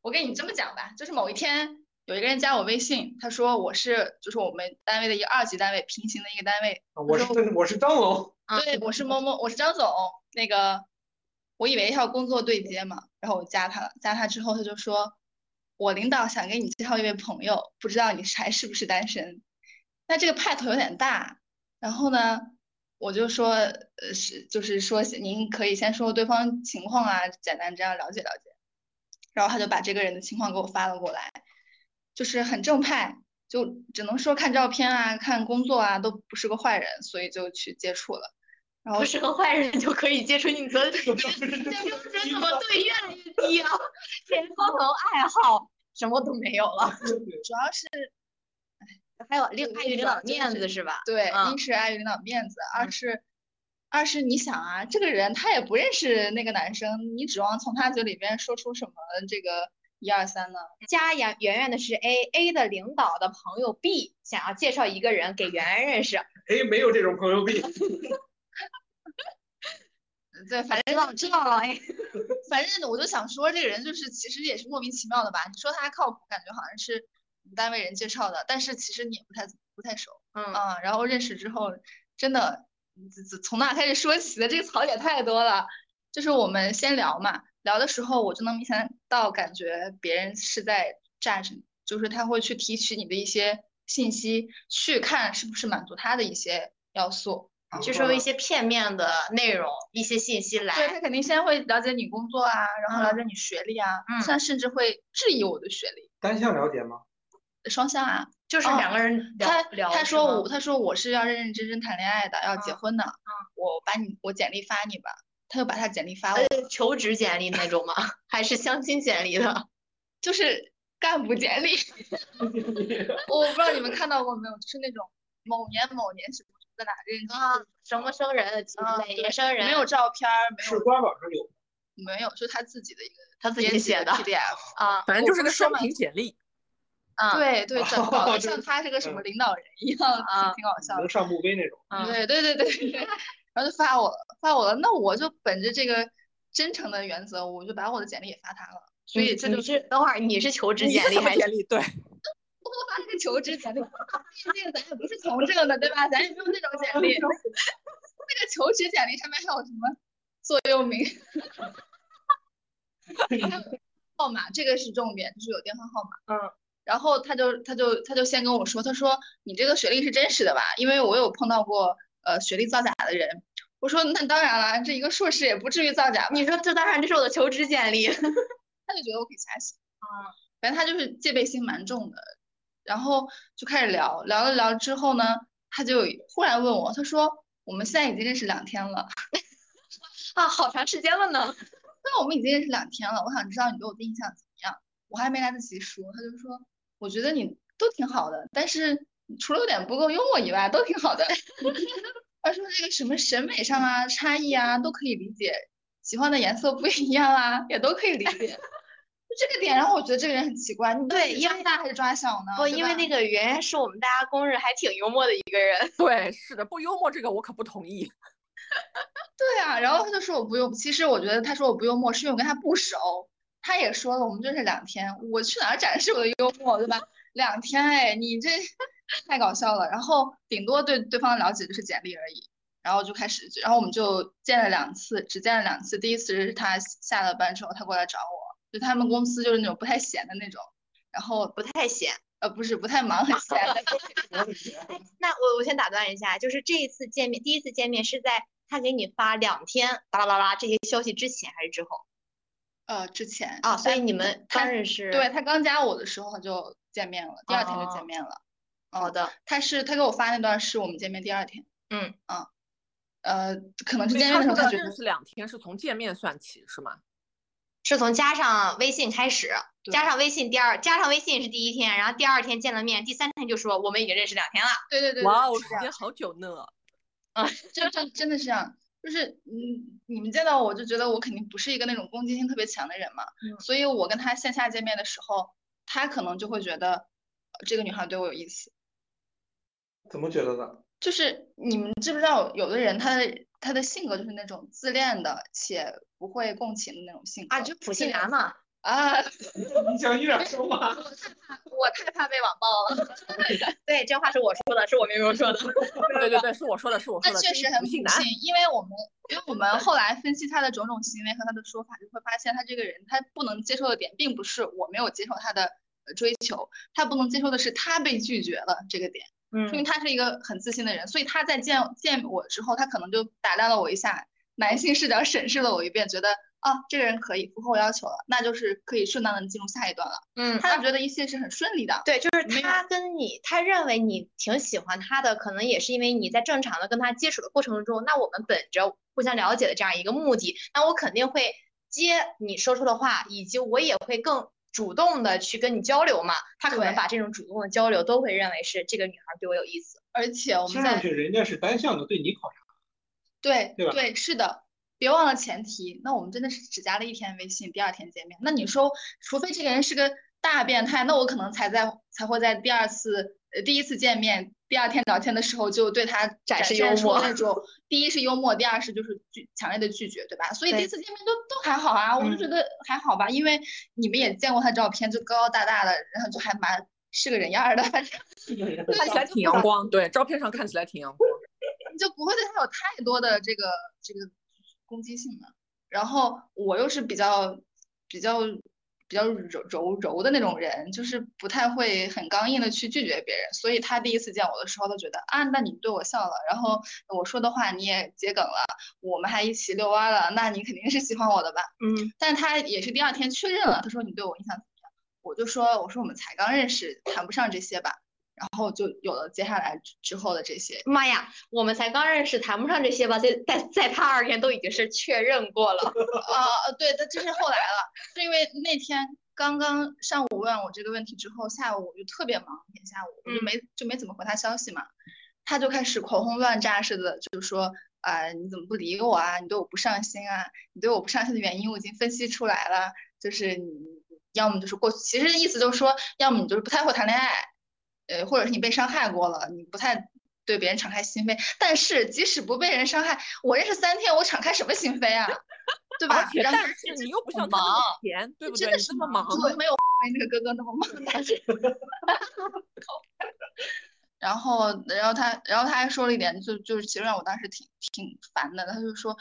我跟你这么讲吧，就是某一天有一个人加我微信，他说我是就是我们单位的一个二级单位，平行的一个单位，啊我是我是张龙，啊对，我是某某，我是张总，那个我以为要工作对接嘛，然后我加他了，加他之后他就说，我领导想给你介绍一位朋友，不知道你是还是不是单身，那这个派头有点大，然后呢，我就说，呃，是就是说您可以先说对方情况啊，简单这样了解了解，然后他就把这个人的情况给我发了过来，就是很正派。就只能说看照片啊，看工作啊，都不是个坏人，所以就去接触了。然后不是个坏人就可以接触你的这个标准怎么对越来越低啊？连共同爱好什么都没有了，主要是还有另碍于领导的面就是子是吧？对，嗯一是碍于领导面子，二嗯是二是你想啊，这个人他也不认识那个男生，你指望从他嘴里边说出什么这个一二三呢？加圆圆圆的是 A，A 的领导的朋友 B 想要介绍一个人给圆圆认识，哎，没有这种朋友币。对，反知正道知道了哎 A。反正我就想说，这个人就是其实也是莫名其妙的吧？你说他靠谱，感觉好像是你们单位人介绍的，但是其实你也不太不太熟嗯，啊。然后认识之后，真的嗯自自从哪开始说起的，这个槽点太多了。就是我们先聊嘛，聊的时候我就能明显到感觉别人是在 judge 你，就是他会去提取你的一些信息，去看是不是满足他的一些要素。就是用一些片面的内容、一些信息对来他肯定先会了解你工作啊，然后了解你学历啊，嗯像甚至会质疑我的学历，单向了解吗？双向啊。就是哦两个人聊他聊他是说吗我他说我是要认认真真谈恋爱的，要结嗯婚的，我把你我简历发你吧，他又把他简历发我，呃求职简历那种吗？ 还是相亲简历的？就是干部简 历。我不知道你们看到过没有，就是那种某年某年什么什么在哪认识啊，什么生人？几啊哪对年嗯生人？没有照片儿，没是有官网上有。没有，就是他自己的一个他自己编辑写的 PDF。啊反正我就是不个是说生嘛平简历，啊对对，整搞得就像是他是个什么嗯领导人一样，啊挺挺搞笑的能。上墓碑那种。啊！对对对对 对，然后就发我了发我了，那我就本着这个真诚的原则，我就把我的简历也发他了，所你以这就你是是等会儿你是求职你简是历什么还简是？历？对， 我发那个求职简历，啊毕竟咱也不是从政的，对吧？咱也没有那嗯种简历， 那个求职简历上面还有什么座右铭， 还有号码，这个是重点，就是有电话号码。嗯。然后他就他就他就先跟我说，他说你这个学历是真实的吧？因为我有碰到过呃学历造假的人，我说那当然了，这一个硕士也不至于造假吧？ 你说这当然，这是我的求职简历。 他就觉得我可以瞎写啊，反正他就是戒备心蛮重的。然后就开始聊，聊了聊之后呢，他就忽然问我，他说我们现在已经认识两天了，啊，好长时间了呢。那我们已经认识两天了，我想知道你对我的印象怎么样？我还没来得及说，他就说我觉得你都挺好的，但是除了有点不够幽默以外，都挺好的。 他说这个什么审美上啊差异啊都可以理解，喜欢的颜色不一样啊也都可以理解。 就这个点让我觉得这个人很奇怪，你到对底因抓为大还是抓小呢？不，对哦因为吧那个圆圆是我们大家公认还挺幽默的一个人。对，是的，不幽默这个我可不同意。对啊，然后他就说我不用，其实我觉得他说我不幽默，是因为我跟他不熟。他也说了，我们认识两天，我去哪儿展示我的幽默，对吧？两天，哎，你这太搞笑了。然后顶多对对方的了解就是简历而已，然后就开始，然后我们就见了两次，只见了两次。第一次是他下了班之后，他过来找我，就他们公司就是那种不太闲的那种，然后不太闲，呃，不是不太忙，很闲的哎那我我先打断一下，就是这一次见面，第一次见面是在他给你发两天巴拉巴拉这些消息之前还是之后呃，之前啊？所以但你们他刚认识？对，他刚加我的时候就见面了，第二天就哦见面了。好哦的，他是他给我发那段是我们见面第二天，嗯啊，呃，可能是所以见面的时他说候他的觉得认识两天是从见面算起是吗？是从加上微信开始，对加上微信第二，加上微信是第一天，然后第二天见了面，第三天就说我们已经认识两天了。对对对，哇对哦，是时间好久呢。这样，真真真的是这样，就是嗯，你们见到我就觉得我肯定不是一个那种攻击性特别强的人嘛，嗯所以我跟他线下见面的时候，他可能就会觉得呃这个女孩对我有意思，怎么觉得的？就是你们知不知道有的人他的他的性格就是那种自恋的且不会共情的那种性格啊，就普信这个男嘛，啊，你想一点说 话？我太怕被网暴了。 对，这话是我说的，是我明明说的。对对对，是我说的，是我说那的，确这实一很不信不 男。幸，因为我们因为我们后来分析他的种种行为和他的说法，就会发现他这个人他不能接受的点，并不是我没有接受他的呃追求，他不能接受的是他被拒绝了这个点，说明嗯，他是一个很自信的人，所以他在见见我之后，他可能就打量了我一下，男性视角审视了我一遍，觉得啊这个人可以符合我要求了，那就是可以顺当的进入下一段了， 嗯，他就觉得一切是很顺利的，对，就是没有他跟你，他认为你挺喜欢他的，可能也是因为你在正常的跟他接触的过程中，那我们本着互相了解的这样一个目的，那我肯定会接你说出的话，以及我也会更主动的去跟你交流嘛。他可能对把这种主动的交流都会认为是这个女孩对我有意思。而且我听们上在去人家是单向的对你考察，对对吧是的，别忘了前提。那我们真的是只加了一天微信，第二天见面。那你说，除非这个人是个大变态，那我可能才在才会在第二次呃第一次见面、第二天聊天的时候就对他展示现幽出默那种第一是幽默，第二是就是拒强烈的拒绝，对吧？所以第对一次见面都都还好啊，我就觉得还好吧，因为你们也见过他照片，就高高大大的，然后就还蛮是个人样儿的，反正看起来挺阳光，对，照片上看起来挺阳光。你就不会对他有太多的这个这个攻击性了。然后我又是比较比较比较柔柔柔的那种人，就是不太会很刚硬的去拒绝别人。所以他第一次见我的时候，他觉得啊，那你对我笑了，然后我说的话你也接梗了，我们还一起遛弯了，那你肯定是喜欢我的吧？嗯，但他也是第二天确认了，他说你对我印象怎么样？我就说我说我们才刚认识，谈不上这些吧。然后就有了接下来之之后的这些妈呀，我们才刚认识，谈不上这些吧，在在在他二天都已经是确认过了。啊，对，这这是后来了，是因为那天刚刚上午问我这个问题之后，下午我就特别忙，那天下午我就嗯没就没怎么回他消息嘛，他就开始狂轰乱炸似的，就说啊、你怎么不理我啊？你对我不上心啊？你对我不上心的原因我已经分析出来了，就是你要么就是过去，其实意思就是说，要么你就是不太会谈恋爱，呃，或者是你被伤害过了，你不太。对别人敞开心扉，但是即使不被人伤害，我认识三天，我敞开什么心扉啊？对吧？而且，然后但是你又不像他那么忙闲，对不对？真的你是这么忙，就没有那个哥哥那么忙。但是 然后，然后他，然后他还说了一点，就就是其实让我当时挺挺烦的，他就说，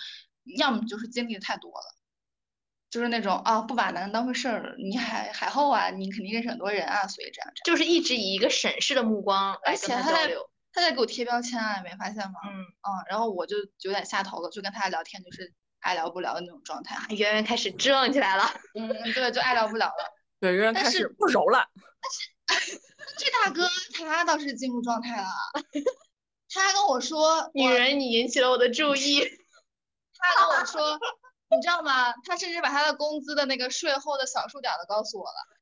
要么就是经历的太多了，就是那种啊不把男人当回事儿，你海海后啊，你肯定认识很多人啊，所以这样这样。就是一直以一个审视的目光来而跟且他他交在流。他在给我贴标签啊，你没发现吗？嗯，嗯，然后我就有点下头了，就跟他聊天就是爱聊不聊的那种状态。圆圆开始正起来了。嗯， 对，就爱聊不聊了。对，圆圆但开是始不柔了。这大哥他倒是进入状态了，他还跟我说， 女人，你引起了我的 注意。他还跟我说，你知道吗？他甚至把他的工资的那个税后的小数点儿都告诉我了。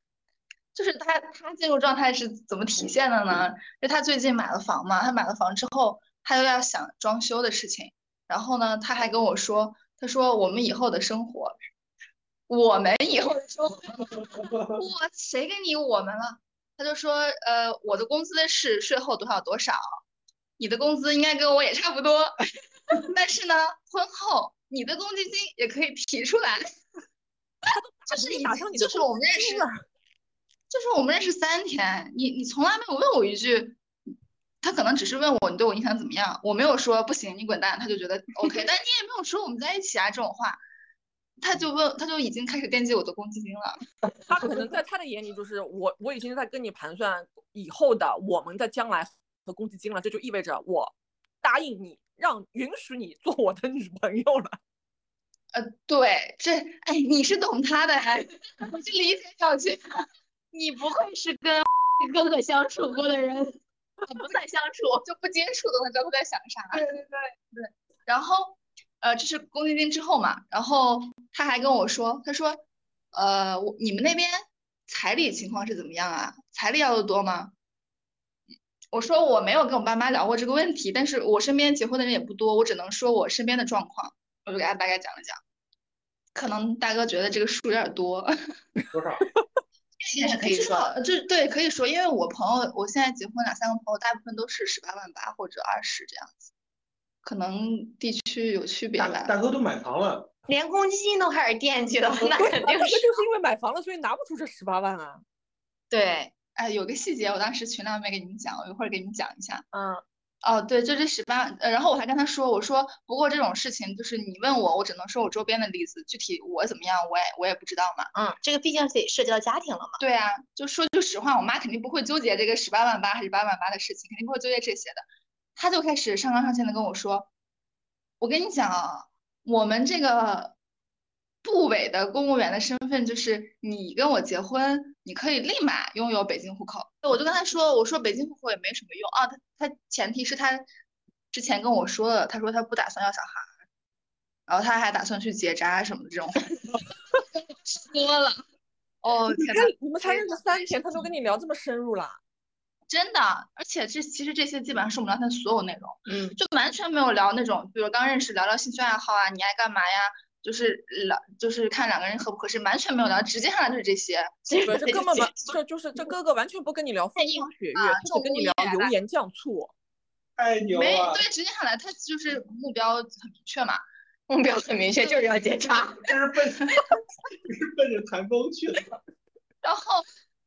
就是他他进入状态是怎么体现的嗯呢？就他最近买了房嘛，他买了房之后，他又要想装修的事情，然后呢，他还跟我说，他说我们以后的生活，我们以后的生活。我谁给你我们了？他就说，呃，我的工资是税后多少多少，你的工资应该跟我也差不多，但是呢，婚后你的公积金也可以提出来， 就是已打经上你的就是我们认识，就是我们认识三天，你你从来没有问我一句，他可能只是问我你对我印象怎么样，我没有说不行你滚蛋，他就觉得 OK，但你也没有说我们在一起啊这种话，他就问他就已经开始惦记我的公积金了。 他可能在他的眼里就是我，我已经在跟你盘算以后的我们的将来和公积金了，这就意味着我答应你，让允许你做我的女朋友了。呃，对，这，哎，你是懂他的呀，你去理解小姐，你不愧是 跟哥哥相处过的人，不算相处。就不接触都能知道他在想啥。对对对对。然后，呃，这是公积金之后嘛，然后他还跟我说，他说，呃，我你们那边彩礼情况是怎么样啊？彩礼要的多吗？我说我没有跟我爸妈聊过这个问题，但是我身边结婚的人也不多，我只能说我身边的状况，我就给他大概讲了讲。可能大哥觉得这个数有点多， 多少？也哎是可以说，这对可以说，因为我朋友，我现在结婚两三个朋友，大部分都是十八万八或者二十这样子，可能地区有区别大吧。大哥都买房了，连公积金都开始惦记了， 那肯定那是就是因为买房了，所以拿不出这十八万啊。对。哎，有个细节，我当时群里没给你们讲，我一会儿给你们讲一下。嗯，哦，对，就这十八万，呃然后我还跟他说，我说不过这种事情就是你问我，我只能说我周边的例子，具体我怎么样，我也我也不知道嘛。嗯，这个毕竟是也涉及到家庭了嘛。对啊，就说句实话，我妈肯定不会纠结这个十八万八还是八万八的事情，肯定不会纠结这些的。她就开始上纲上线的跟我说：“我跟你讲啊，我们这个部委的公务员的身份就是你跟我结婚，你可以立马拥有北京户口。”我就跟她说：“我说北京户口也没什么用啊，她她前提是她之前跟我说的，她说她不打算要小孩儿，然后她还打算去结扎什么的这种话， 说了。”哦，天呐！你你们才认识三天，他就跟你聊这么深入了。真的，而且这其实这些基本上是我们聊天所有内容，嗯，就完全没有聊那种，比如刚认识聊聊兴趣爱好啊，你爱干嘛呀，就是聊就是看两个人合不合适，完全没有聊，直接上来就是这些。这对，这根本这完，这就是这哥哥完全不跟你聊风硬花雪月，啊他只跟你聊这种无油盐酱醋。太哎牛啊没了！对，直接上来他就是目标很明确嘛，目标很明确，就是要结扎。这是奔， 这是奔着谈崩去的。 然后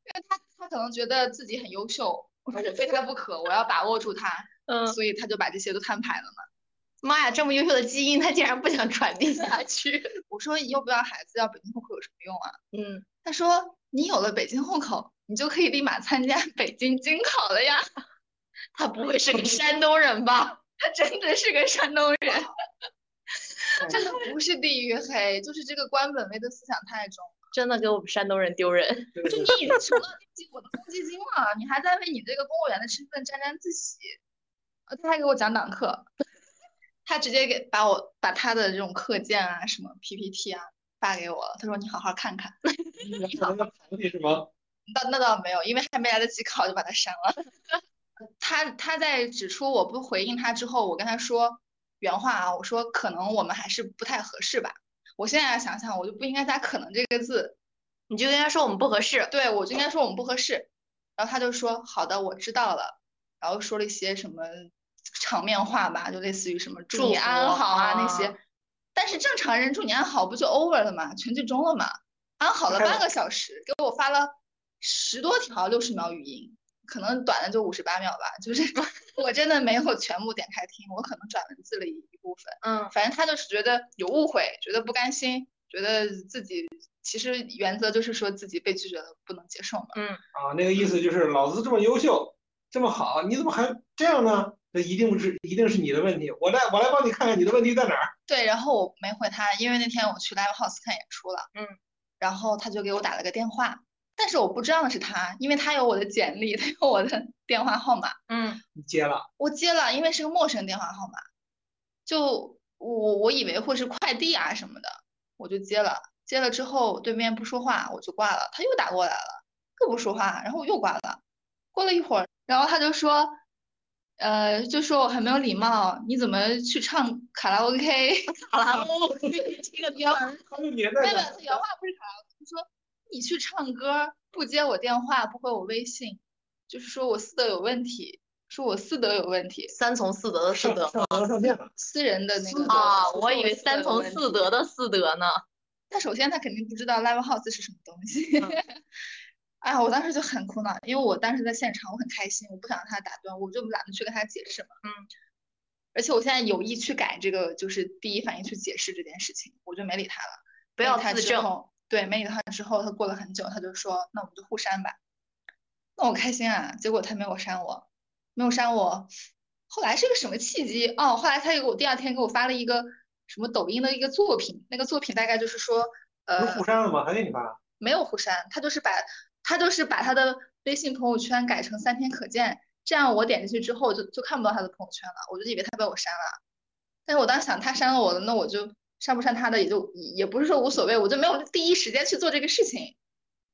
因为他他可能觉得自己很优秀，我非他不可，我要把握住他，嗯，所以他就把这些都摊牌了嘛。妈呀，这么优秀的基因，他竟然不想传递下 去。我说以后不要孩子，要北京户口有什么用啊？嗯，他说你有了北京户口，你就可以立马参加北京京考了呀。他不会是个山东人吧？他真的是个山东人， 真的不是地域黑，就是这个官本位的思想太重。真的给我们山东人丢人。真的就是你已经除了惦记我的公积金了，你还在为你这个公务员的身份沾沾自喜。呃，他还给我讲党课，他直接给把我把他的这种课件啊、什么 PPT 啊发给我了。他说你好好看看。你好， 那房地是吗？那那倒没有，因为还没来得及考就把它删了。 他他在指出我不回应他之后，我跟他说原话啊，我说可能我们还是不太合适吧。我现在想想，我就不应该加“可能”这个字，你就跟他说我们不合适。对我就应该说我们不合适。然后他就说好的，我知道了。然后说了一些什么场面话吧，就类似于什么祝祝你福安好啊那啊些。但是正常人祝你安好不就 over 了吗？全剧终了吗？安好了还有半个小时，给我发了十多条六十秒语音，可能短的就五十八秒吧。就是 我真的没有全部点开听，我可能转文字了一一部分。嗯，反正他就是觉得有误会，觉得不甘心，觉得自己其实原则就是说自己被拒绝了不能接受嘛。啊，那个意思就是老子这么优秀，这么好，你怎么还这样呢？那一定是一定是你的问题，我来我来帮你看看你的问题在哪儿。对，然后我没回他，因为那天我去 live house 看演出了，嗯，然后他就给我打了个电话，但是我不知道那是他，因为他有我的简历，他有我的电话号码，嗯你接了，我接了，因为是个陌生电话号码，就我我以为会是快递啊什么的，我就接了，接了之后对面不说话，我就挂了，他又打过来了，又不说话，然后我又挂了，过了一会儿，然后他就说，呃，就说我很没有礼貌，你怎么去唱卡拉 OK？好啦，我 这原个标八六年没代有，的他原话不是卡拉 OK，他说你去唱歌不接我电话，不回我微信，就是说我私德有问题，说我私德有问题。三从四德的四上 德上纲上线了，私人的那私个德啊，就是我说以为私三人从问四题德的四德呢。他首先他肯定不知道 live house 是什么东西。嗯 哎呀，我当时就很苦恼，因为我当时在现场，我很开心，我不想让他打断，我就懒得去跟他解释嘛。嗯。而且我现在有意去改这个，就是第一反应去解释这件事情，我就没理他了。不没理要他自之证后。对，没理他之后，他过了很久，他就说：“那我们就互删吧。”那我开心啊，结果他没有删我，没有删我。后来是个什么契机？哦，后来他又给我第二天给我发了一个什么抖音的一个作品，那个作品大概就是说，不呃是，互删了吗？还给你发？没有互删，他就是把他就是把他的微信朋友圈改成三天可见，这样我点进去之后就就看不到他的朋友圈了，我就以为他被我删了。但是我当时想，他删了我的，那我就删不删他的也就也也不是说无所谓，我就没有第一时间去做这个事情。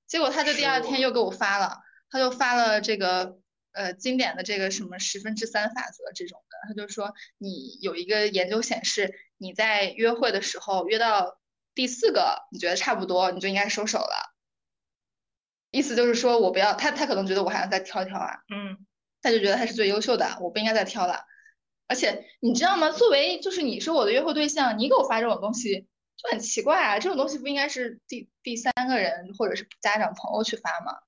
结果他就第二天又给我发了，他就发了这个呃经典的这个什么十分之三法则这种的，他就说你有一个研究显示，你在约会的时候约到第四个，你觉得差不多，你就应该收手了。意思就是说我不要他，他可能觉得我还要再挑一挑啊，嗯，他就觉得他是最优秀的，我不应该再挑了。而且你知道吗？作为就是你是我的约会对象，你给我发这种东西就很奇怪啊！这种东西不应该是第第三个人或者是家长朋友去发吗？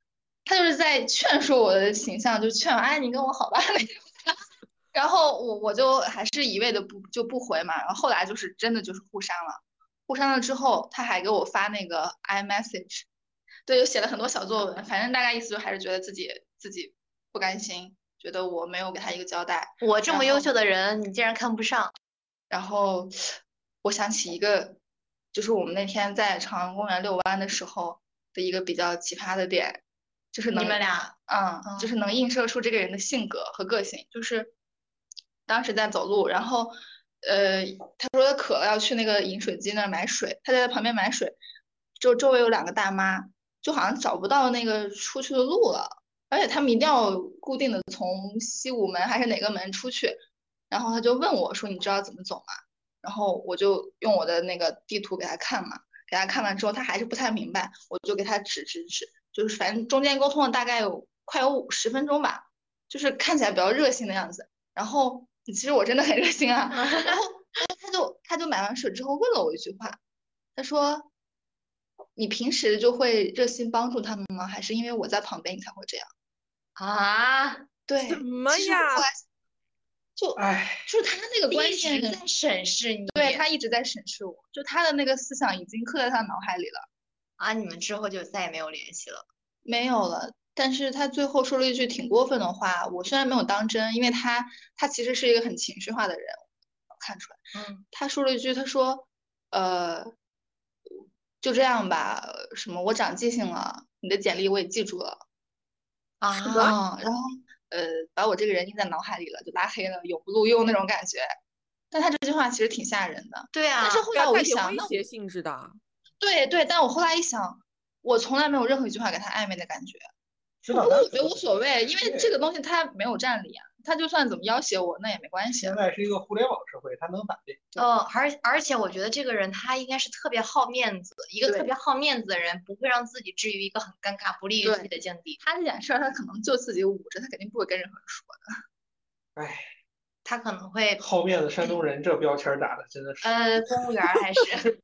他就是在劝说我的形象，就劝我哎你跟我好吧 那种。然后我我就还是一味的不就不回嘛。然后后来就是真的就是互删了，互删了之后他还给我发那个 iMessage，对，就写了很多小作文，反正大概意思就还是觉得自己自己不甘心，觉得我没有给他一个交代。我这然么优后秀的人，你竟然看不上，然后我想起一个，就是我们那天在朝阳公园遛弯的时候的一个比较奇葩的点，就是你能们俩，嗯，嗯就是能映射出这个人的性格和个性。就是当时在走路，然后呃，他说他渴了，要去那个饮水机那儿买水，他就在旁边买水，就周围有两个大妈，就好像找不到那个出去的路了。而且他们一定要固定的从西五门还是哪个门出去，然后他就问我说：“你知道怎么走吗？”然后我就用我的那个地图给他看嘛，给他看完之后，他还是不太明白，我就给他指指指，就是反正中间沟通了大概有快有五十分钟吧，就是看起来比较热心的样子。然后其实我真的很热心啊，然后他就他就买完水之后问了我一句话，他说：“你平时就会热心帮助他们吗？还是因为我在旁边你才会这样？”啊，对，什么其实我呀后来就哎，就是他那个你观一念直，在审视你，对他一直在审视我，就他的那个思想已经刻在他脑海里了，啊，你们之后就再也没有联系了。没有了。但是他最后说了一句挺过分的话，我虽然没有当真，因为他他其实是一个很情绪化的人，我看出来。嗯，他说了一句，他说，呃，就这样吧，什么我长记性了，你的简历我也记住了。啊，啊，然后呃，把我这个人印在脑海里了，就拉黑了，永不录用那种感觉。但他这句话其实挺吓人的，对啊但，是后对啊来我带一点想，威那胁性质的，啊对对，但我后来一想，我从来没有任何一句话给他暧昧的感觉。知不道过他我觉得无所谓，因为这个东西他没有占理啊，他就算怎么要挟我，那也没关系现。在是一个互联网社会，他能咋地？哦嗯，而而且我觉得这个人他应该是特别好面子，一个特对别好面子的人不会让自己置于一个很尴尬、不利于自己的境地。他这件事儿，他可能就自己捂着，他肯定不会跟任何人说的。哎，他可能会，好面子山东人这标签儿打的真的是，嗯呃，公务员儿还是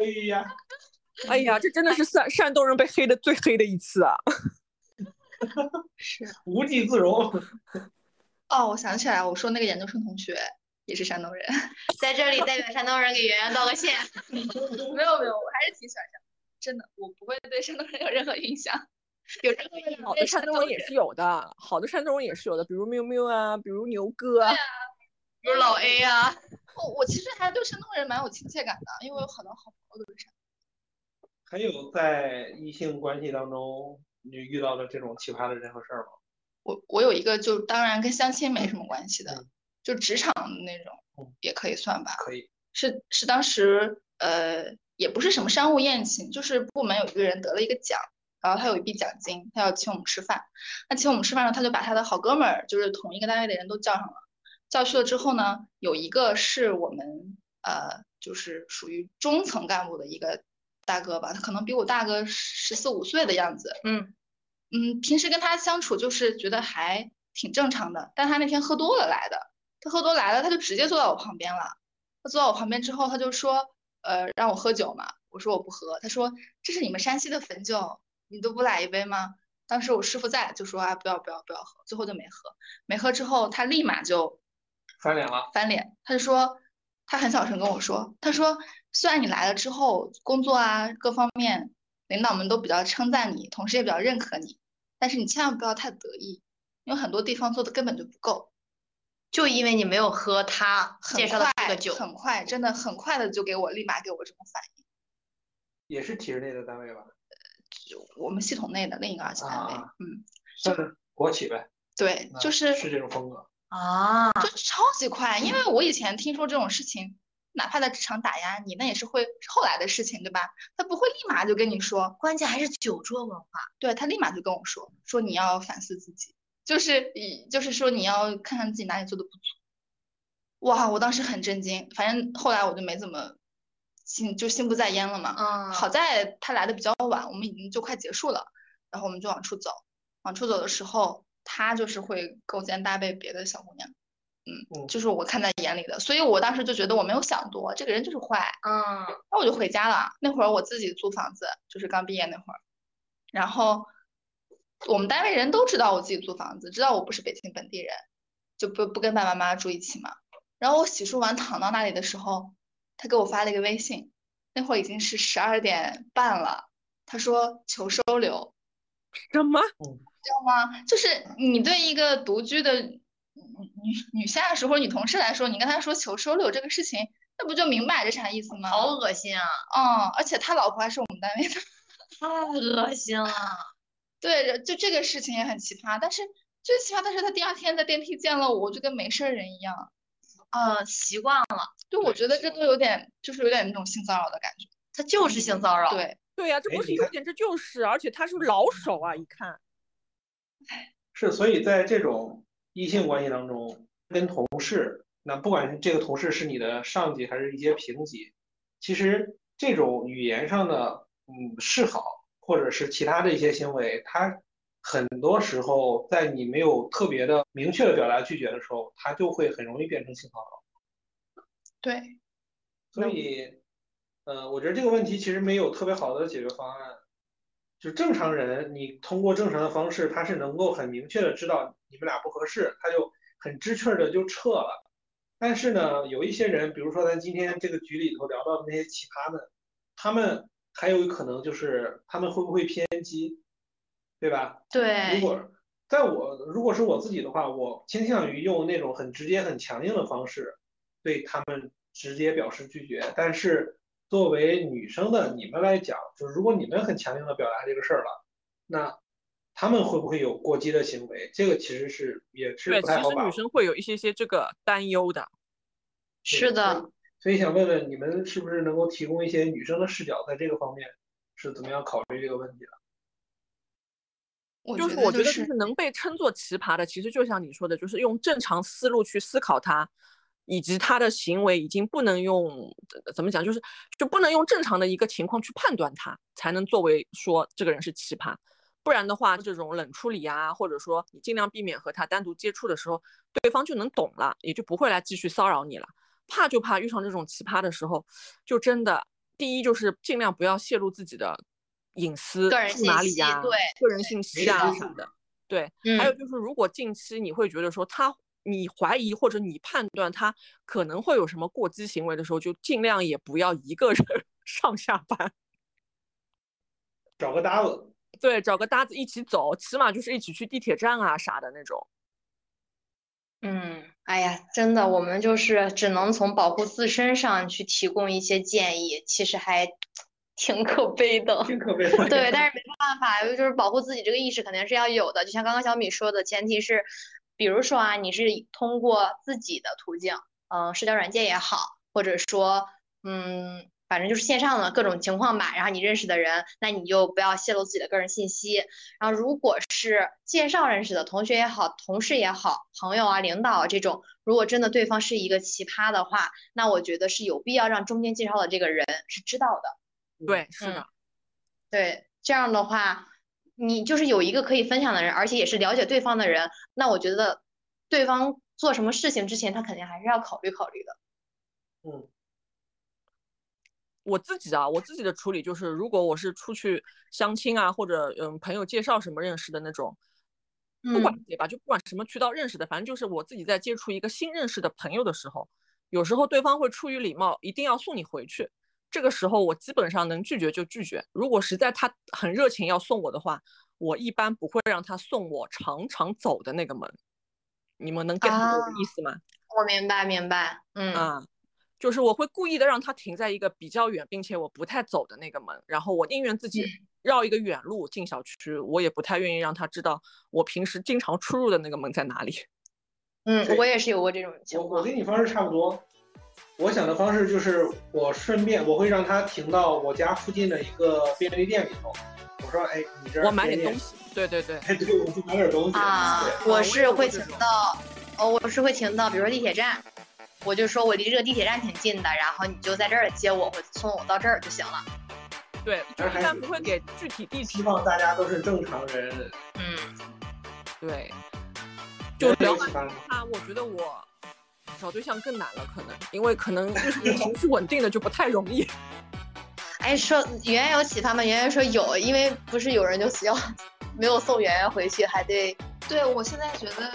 哎呀，哎呀，这真的是山山东人被黑的最黑的一次啊！ 是。无地自容。 哦，我想起来，我说那个研究生同学也是山东人。在这里代表山东人给圆圆道个歉。没有没有，我还是挺喜欢山东人，真的，我不会对山东人有任何影响。有这个好的哦哎山东人也是有的，好的山东人也是有的，比如喵喵啊，比如牛哥啊，比如老 A 啊。我我其实还对山东人蛮有亲切感的，因为我有很多好朋友都是山还有在异性关系当中，你遇到的这种奇葩的人和事儿吗？我我有一个就当然跟相亲没什么关系的，就职场的那种嗯也可以算吧。可以，是是当时呃也不是什么商务宴请，就是部门有一个人得了一个奖，然后他有一笔奖金，他要请我们吃饭。那请我们吃饭呢，他就把他的好哥们儿，就是同一个单位的人都叫上了。叫去了之后呢，有一个是我们呃就是属于中层干部的一个大哥吧，他可能比我大个十四五岁的样子。嗯嗯，平时跟他相处就是觉得还挺正常的，但他那天喝多了来的，他喝多来了，他就直接坐到我旁边了。他坐到我旁边之后，他就说，呃，让我喝酒嘛，我说我不喝，他说这是你们山西的汾酒，你都不来一杯吗？当时我师傅在，就说啊不要不要不要喝，最后就没喝，没喝之后他立马就翻脸了，翻脸，他就说，他很小声跟我说，他说虽然你来了之后工作啊各方面，领导们都比较称赞你，同事也比较认可你，但是你千万不要太得意，因为很多地方做的根本就不够。就因为你没有喝他很介绍的这快个酒，很快，真的很快的就给我立马给我这种反应。也是体制内的单位吧？就我们系统内的另一个二级单位，啊嗯，算是国企呗，对，那就是是这种风格。啊，就超级快，因为我以前听说这种事情，哪怕在职场打压你，那也是会后来的事情，对吧？他不会立马就跟你说，关键还是酒桌文化。对他立马就跟我说，说你要反思自己，就是以就是说你要看看自己哪里做的不足。哇，我当时很震惊，反正后来我就没怎么心就心不在焉了嘛。嗯，好在他来的比较晚，我们已经就快结束了，然后我们就往出走。往出走的时候，他就是会勾肩搭背别的小姑娘，嗯，嗯就是我看在眼里的，所以我当时就觉得我没有想多，这个人就是坏，嗯，那我就回家了。那会儿我自己租房子，就是刚毕业那会儿，然后我们单位人都知道我自己租房子，知道我不是北京本地人，就不不跟爸爸妈妈住一起嘛。然后我洗漱完躺到那里的时候，他给我发了一个微信，那会儿已经是十二点半了，他说求收留，什么？知道吗？就是你对一个独居的女女女下属或者女同事来说，你跟她说求收留这个事情，那不就明摆着啥意思吗？好恶心啊，嗯，而且他老婆还是我们单位的。太恶心了。对，就这个事情也很奇葩，但是最奇葩的是他第二天在电梯见了我，我就跟没事儿人一样。呃，习惯了，就我对觉得这都有点，就是有点那种性骚扰的感觉。他就是性骚扰。，对，对呀、这哎不是你有看点，这就是，而且他是老手啊，一看，是，所以在这种异性关系当中，跟同事，那不管是这个同事是你的上级还是一些平级，其实这种语言上的嗯示好，或者是其他的一些行为，它很多时候在你没有特别的明确的表达拒绝的时候，它就会很容易变成性骚扰。对，所那以，呃，我觉得这个问题其实没有特别好的解决方案。就正常人，你通过正常的方式，他是能够很明确的知道你们俩不合适，他就很知趣的就撤了。但是呢，有一些人，比如说咱今天这个局里头聊到的那些奇葩们，他们还有可能就是他们会不会偏激，对吧？如对，果在我如果是我自己的话，我倾向于用那种很直接、很强硬的方式对他们直接表示拒绝。但是作为女生的你们来讲，就是如果你们很强硬的表达这个事儿了，那他们会不会有过激的行为？这个其实是也是对，不其太好实把握女。生会有一些些这个担忧的。是的，所以想问问你们是不是能够提供一些女生的视角，在这个方面是怎么样考虑这个问题的？我就觉是得我就觉得就是是能被称作奇葩的，其实就像你说的，就是用正常思路去思考他，以及他的行为已经不能用呃怎么讲，就是就不能用正常的一个情况去判断他，才能作为说这个人是奇葩。不然的话，这种冷处理啊，或者说你尽量避免和他单独接触的时候，对方就能懂了，也就不会来继续骚扰你了。怕就怕遇上这种奇葩的时候，就真的第一就是尽量不要泄露自己的隐私，个人住信哪里息呀、对个人信息是啊的啥的。对，嗯还有就是，如果近期你会觉得说他，你怀疑或者你判断他可能会有什么过激行为的时候，就尽量 也不要一个人上下班。哦找个搭子， 对，找个搭子一起走，起码就是一起去地铁站啊啥的那种。嗯，哎呀，真的，我们就是只能从保护自身上去提供一些建议，其实还挺可悲的。挺可悲 的。对，但是没办法，就是保护自己这个意识肯定是要有的。就像刚刚小米说的，前提是，比如说啊，你是通过自己的途径，嗯、社交软件也好，或者说，嗯，反正就是线上的各种情况吧。然后你认识的人，那你就不要泄露自己的个人信息。然后如果是介绍认识的同学也好，同事也好，朋友啊、领导啊这种，如果真的对方是一个奇葩的话，那我觉得是有必要让中间介绍的这个人是知道的。嗯对，是的，对，这样的话，你就是有一个可以分享的人，而且也是了解对方的人，那我觉得对方做什么事情之前，他肯定还是要考虑考虑的。嗯我自己啊，我自己的处理就是，如果我是出去相亲啊，或者嗯朋友介绍什么认识的那种，不嗯管谁吧，就不管什么渠道认识的，反正就是我自己在接触一个新认识的朋友的时候，有时候对方会出于礼貌，一定要送你回去。这个时候我基本上能拒绝就拒绝。如果实在他很热情要送我的话，我一般不会让他送我常常走的那个门。你们能 get 到我的意思吗？我明白，明白，嗯，啊，就是我会故意的让他停在一个比较远，并且我不太走的那个门，然后我宁愿自己绕一个远路进小区，我也不太愿意让他知道我平时经常出入的那个门在哪里。嗯，对我也是有过这种情我我况。跟你方式差不多。我想的方式就是，我顺便我会让他停到我家附近的一个便利店里头。我说，哎，你这儿我买点便利东西，对对对，店，哎，对，我去买点东西。啊对，我我也是有会过这停种到，哦，我是会停到，比如说地铁站，我就说我离这个地铁站挺近的，然后你就在这儿接我，或者送我到这儿就行了。对，就而还一般是不会给具体地址希。望大家都是正常人，嗯，对，就没聊有完奇葩的。他，我觉得我找对象更难了，可能因为可能就是情绪稳定的就不太容易。哎，说圆圆有启发吗？圆圆说有，因为不是有人就死要 没有送圆圆回去，还得对我现在觉得，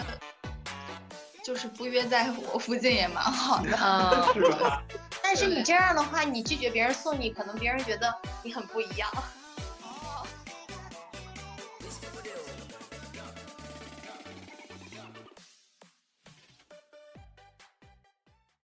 就是不约在我附近也蛮好的。嗯。是吧？但是你对这样的话，你拒绝别人送你，可能别人觉得你很不一样。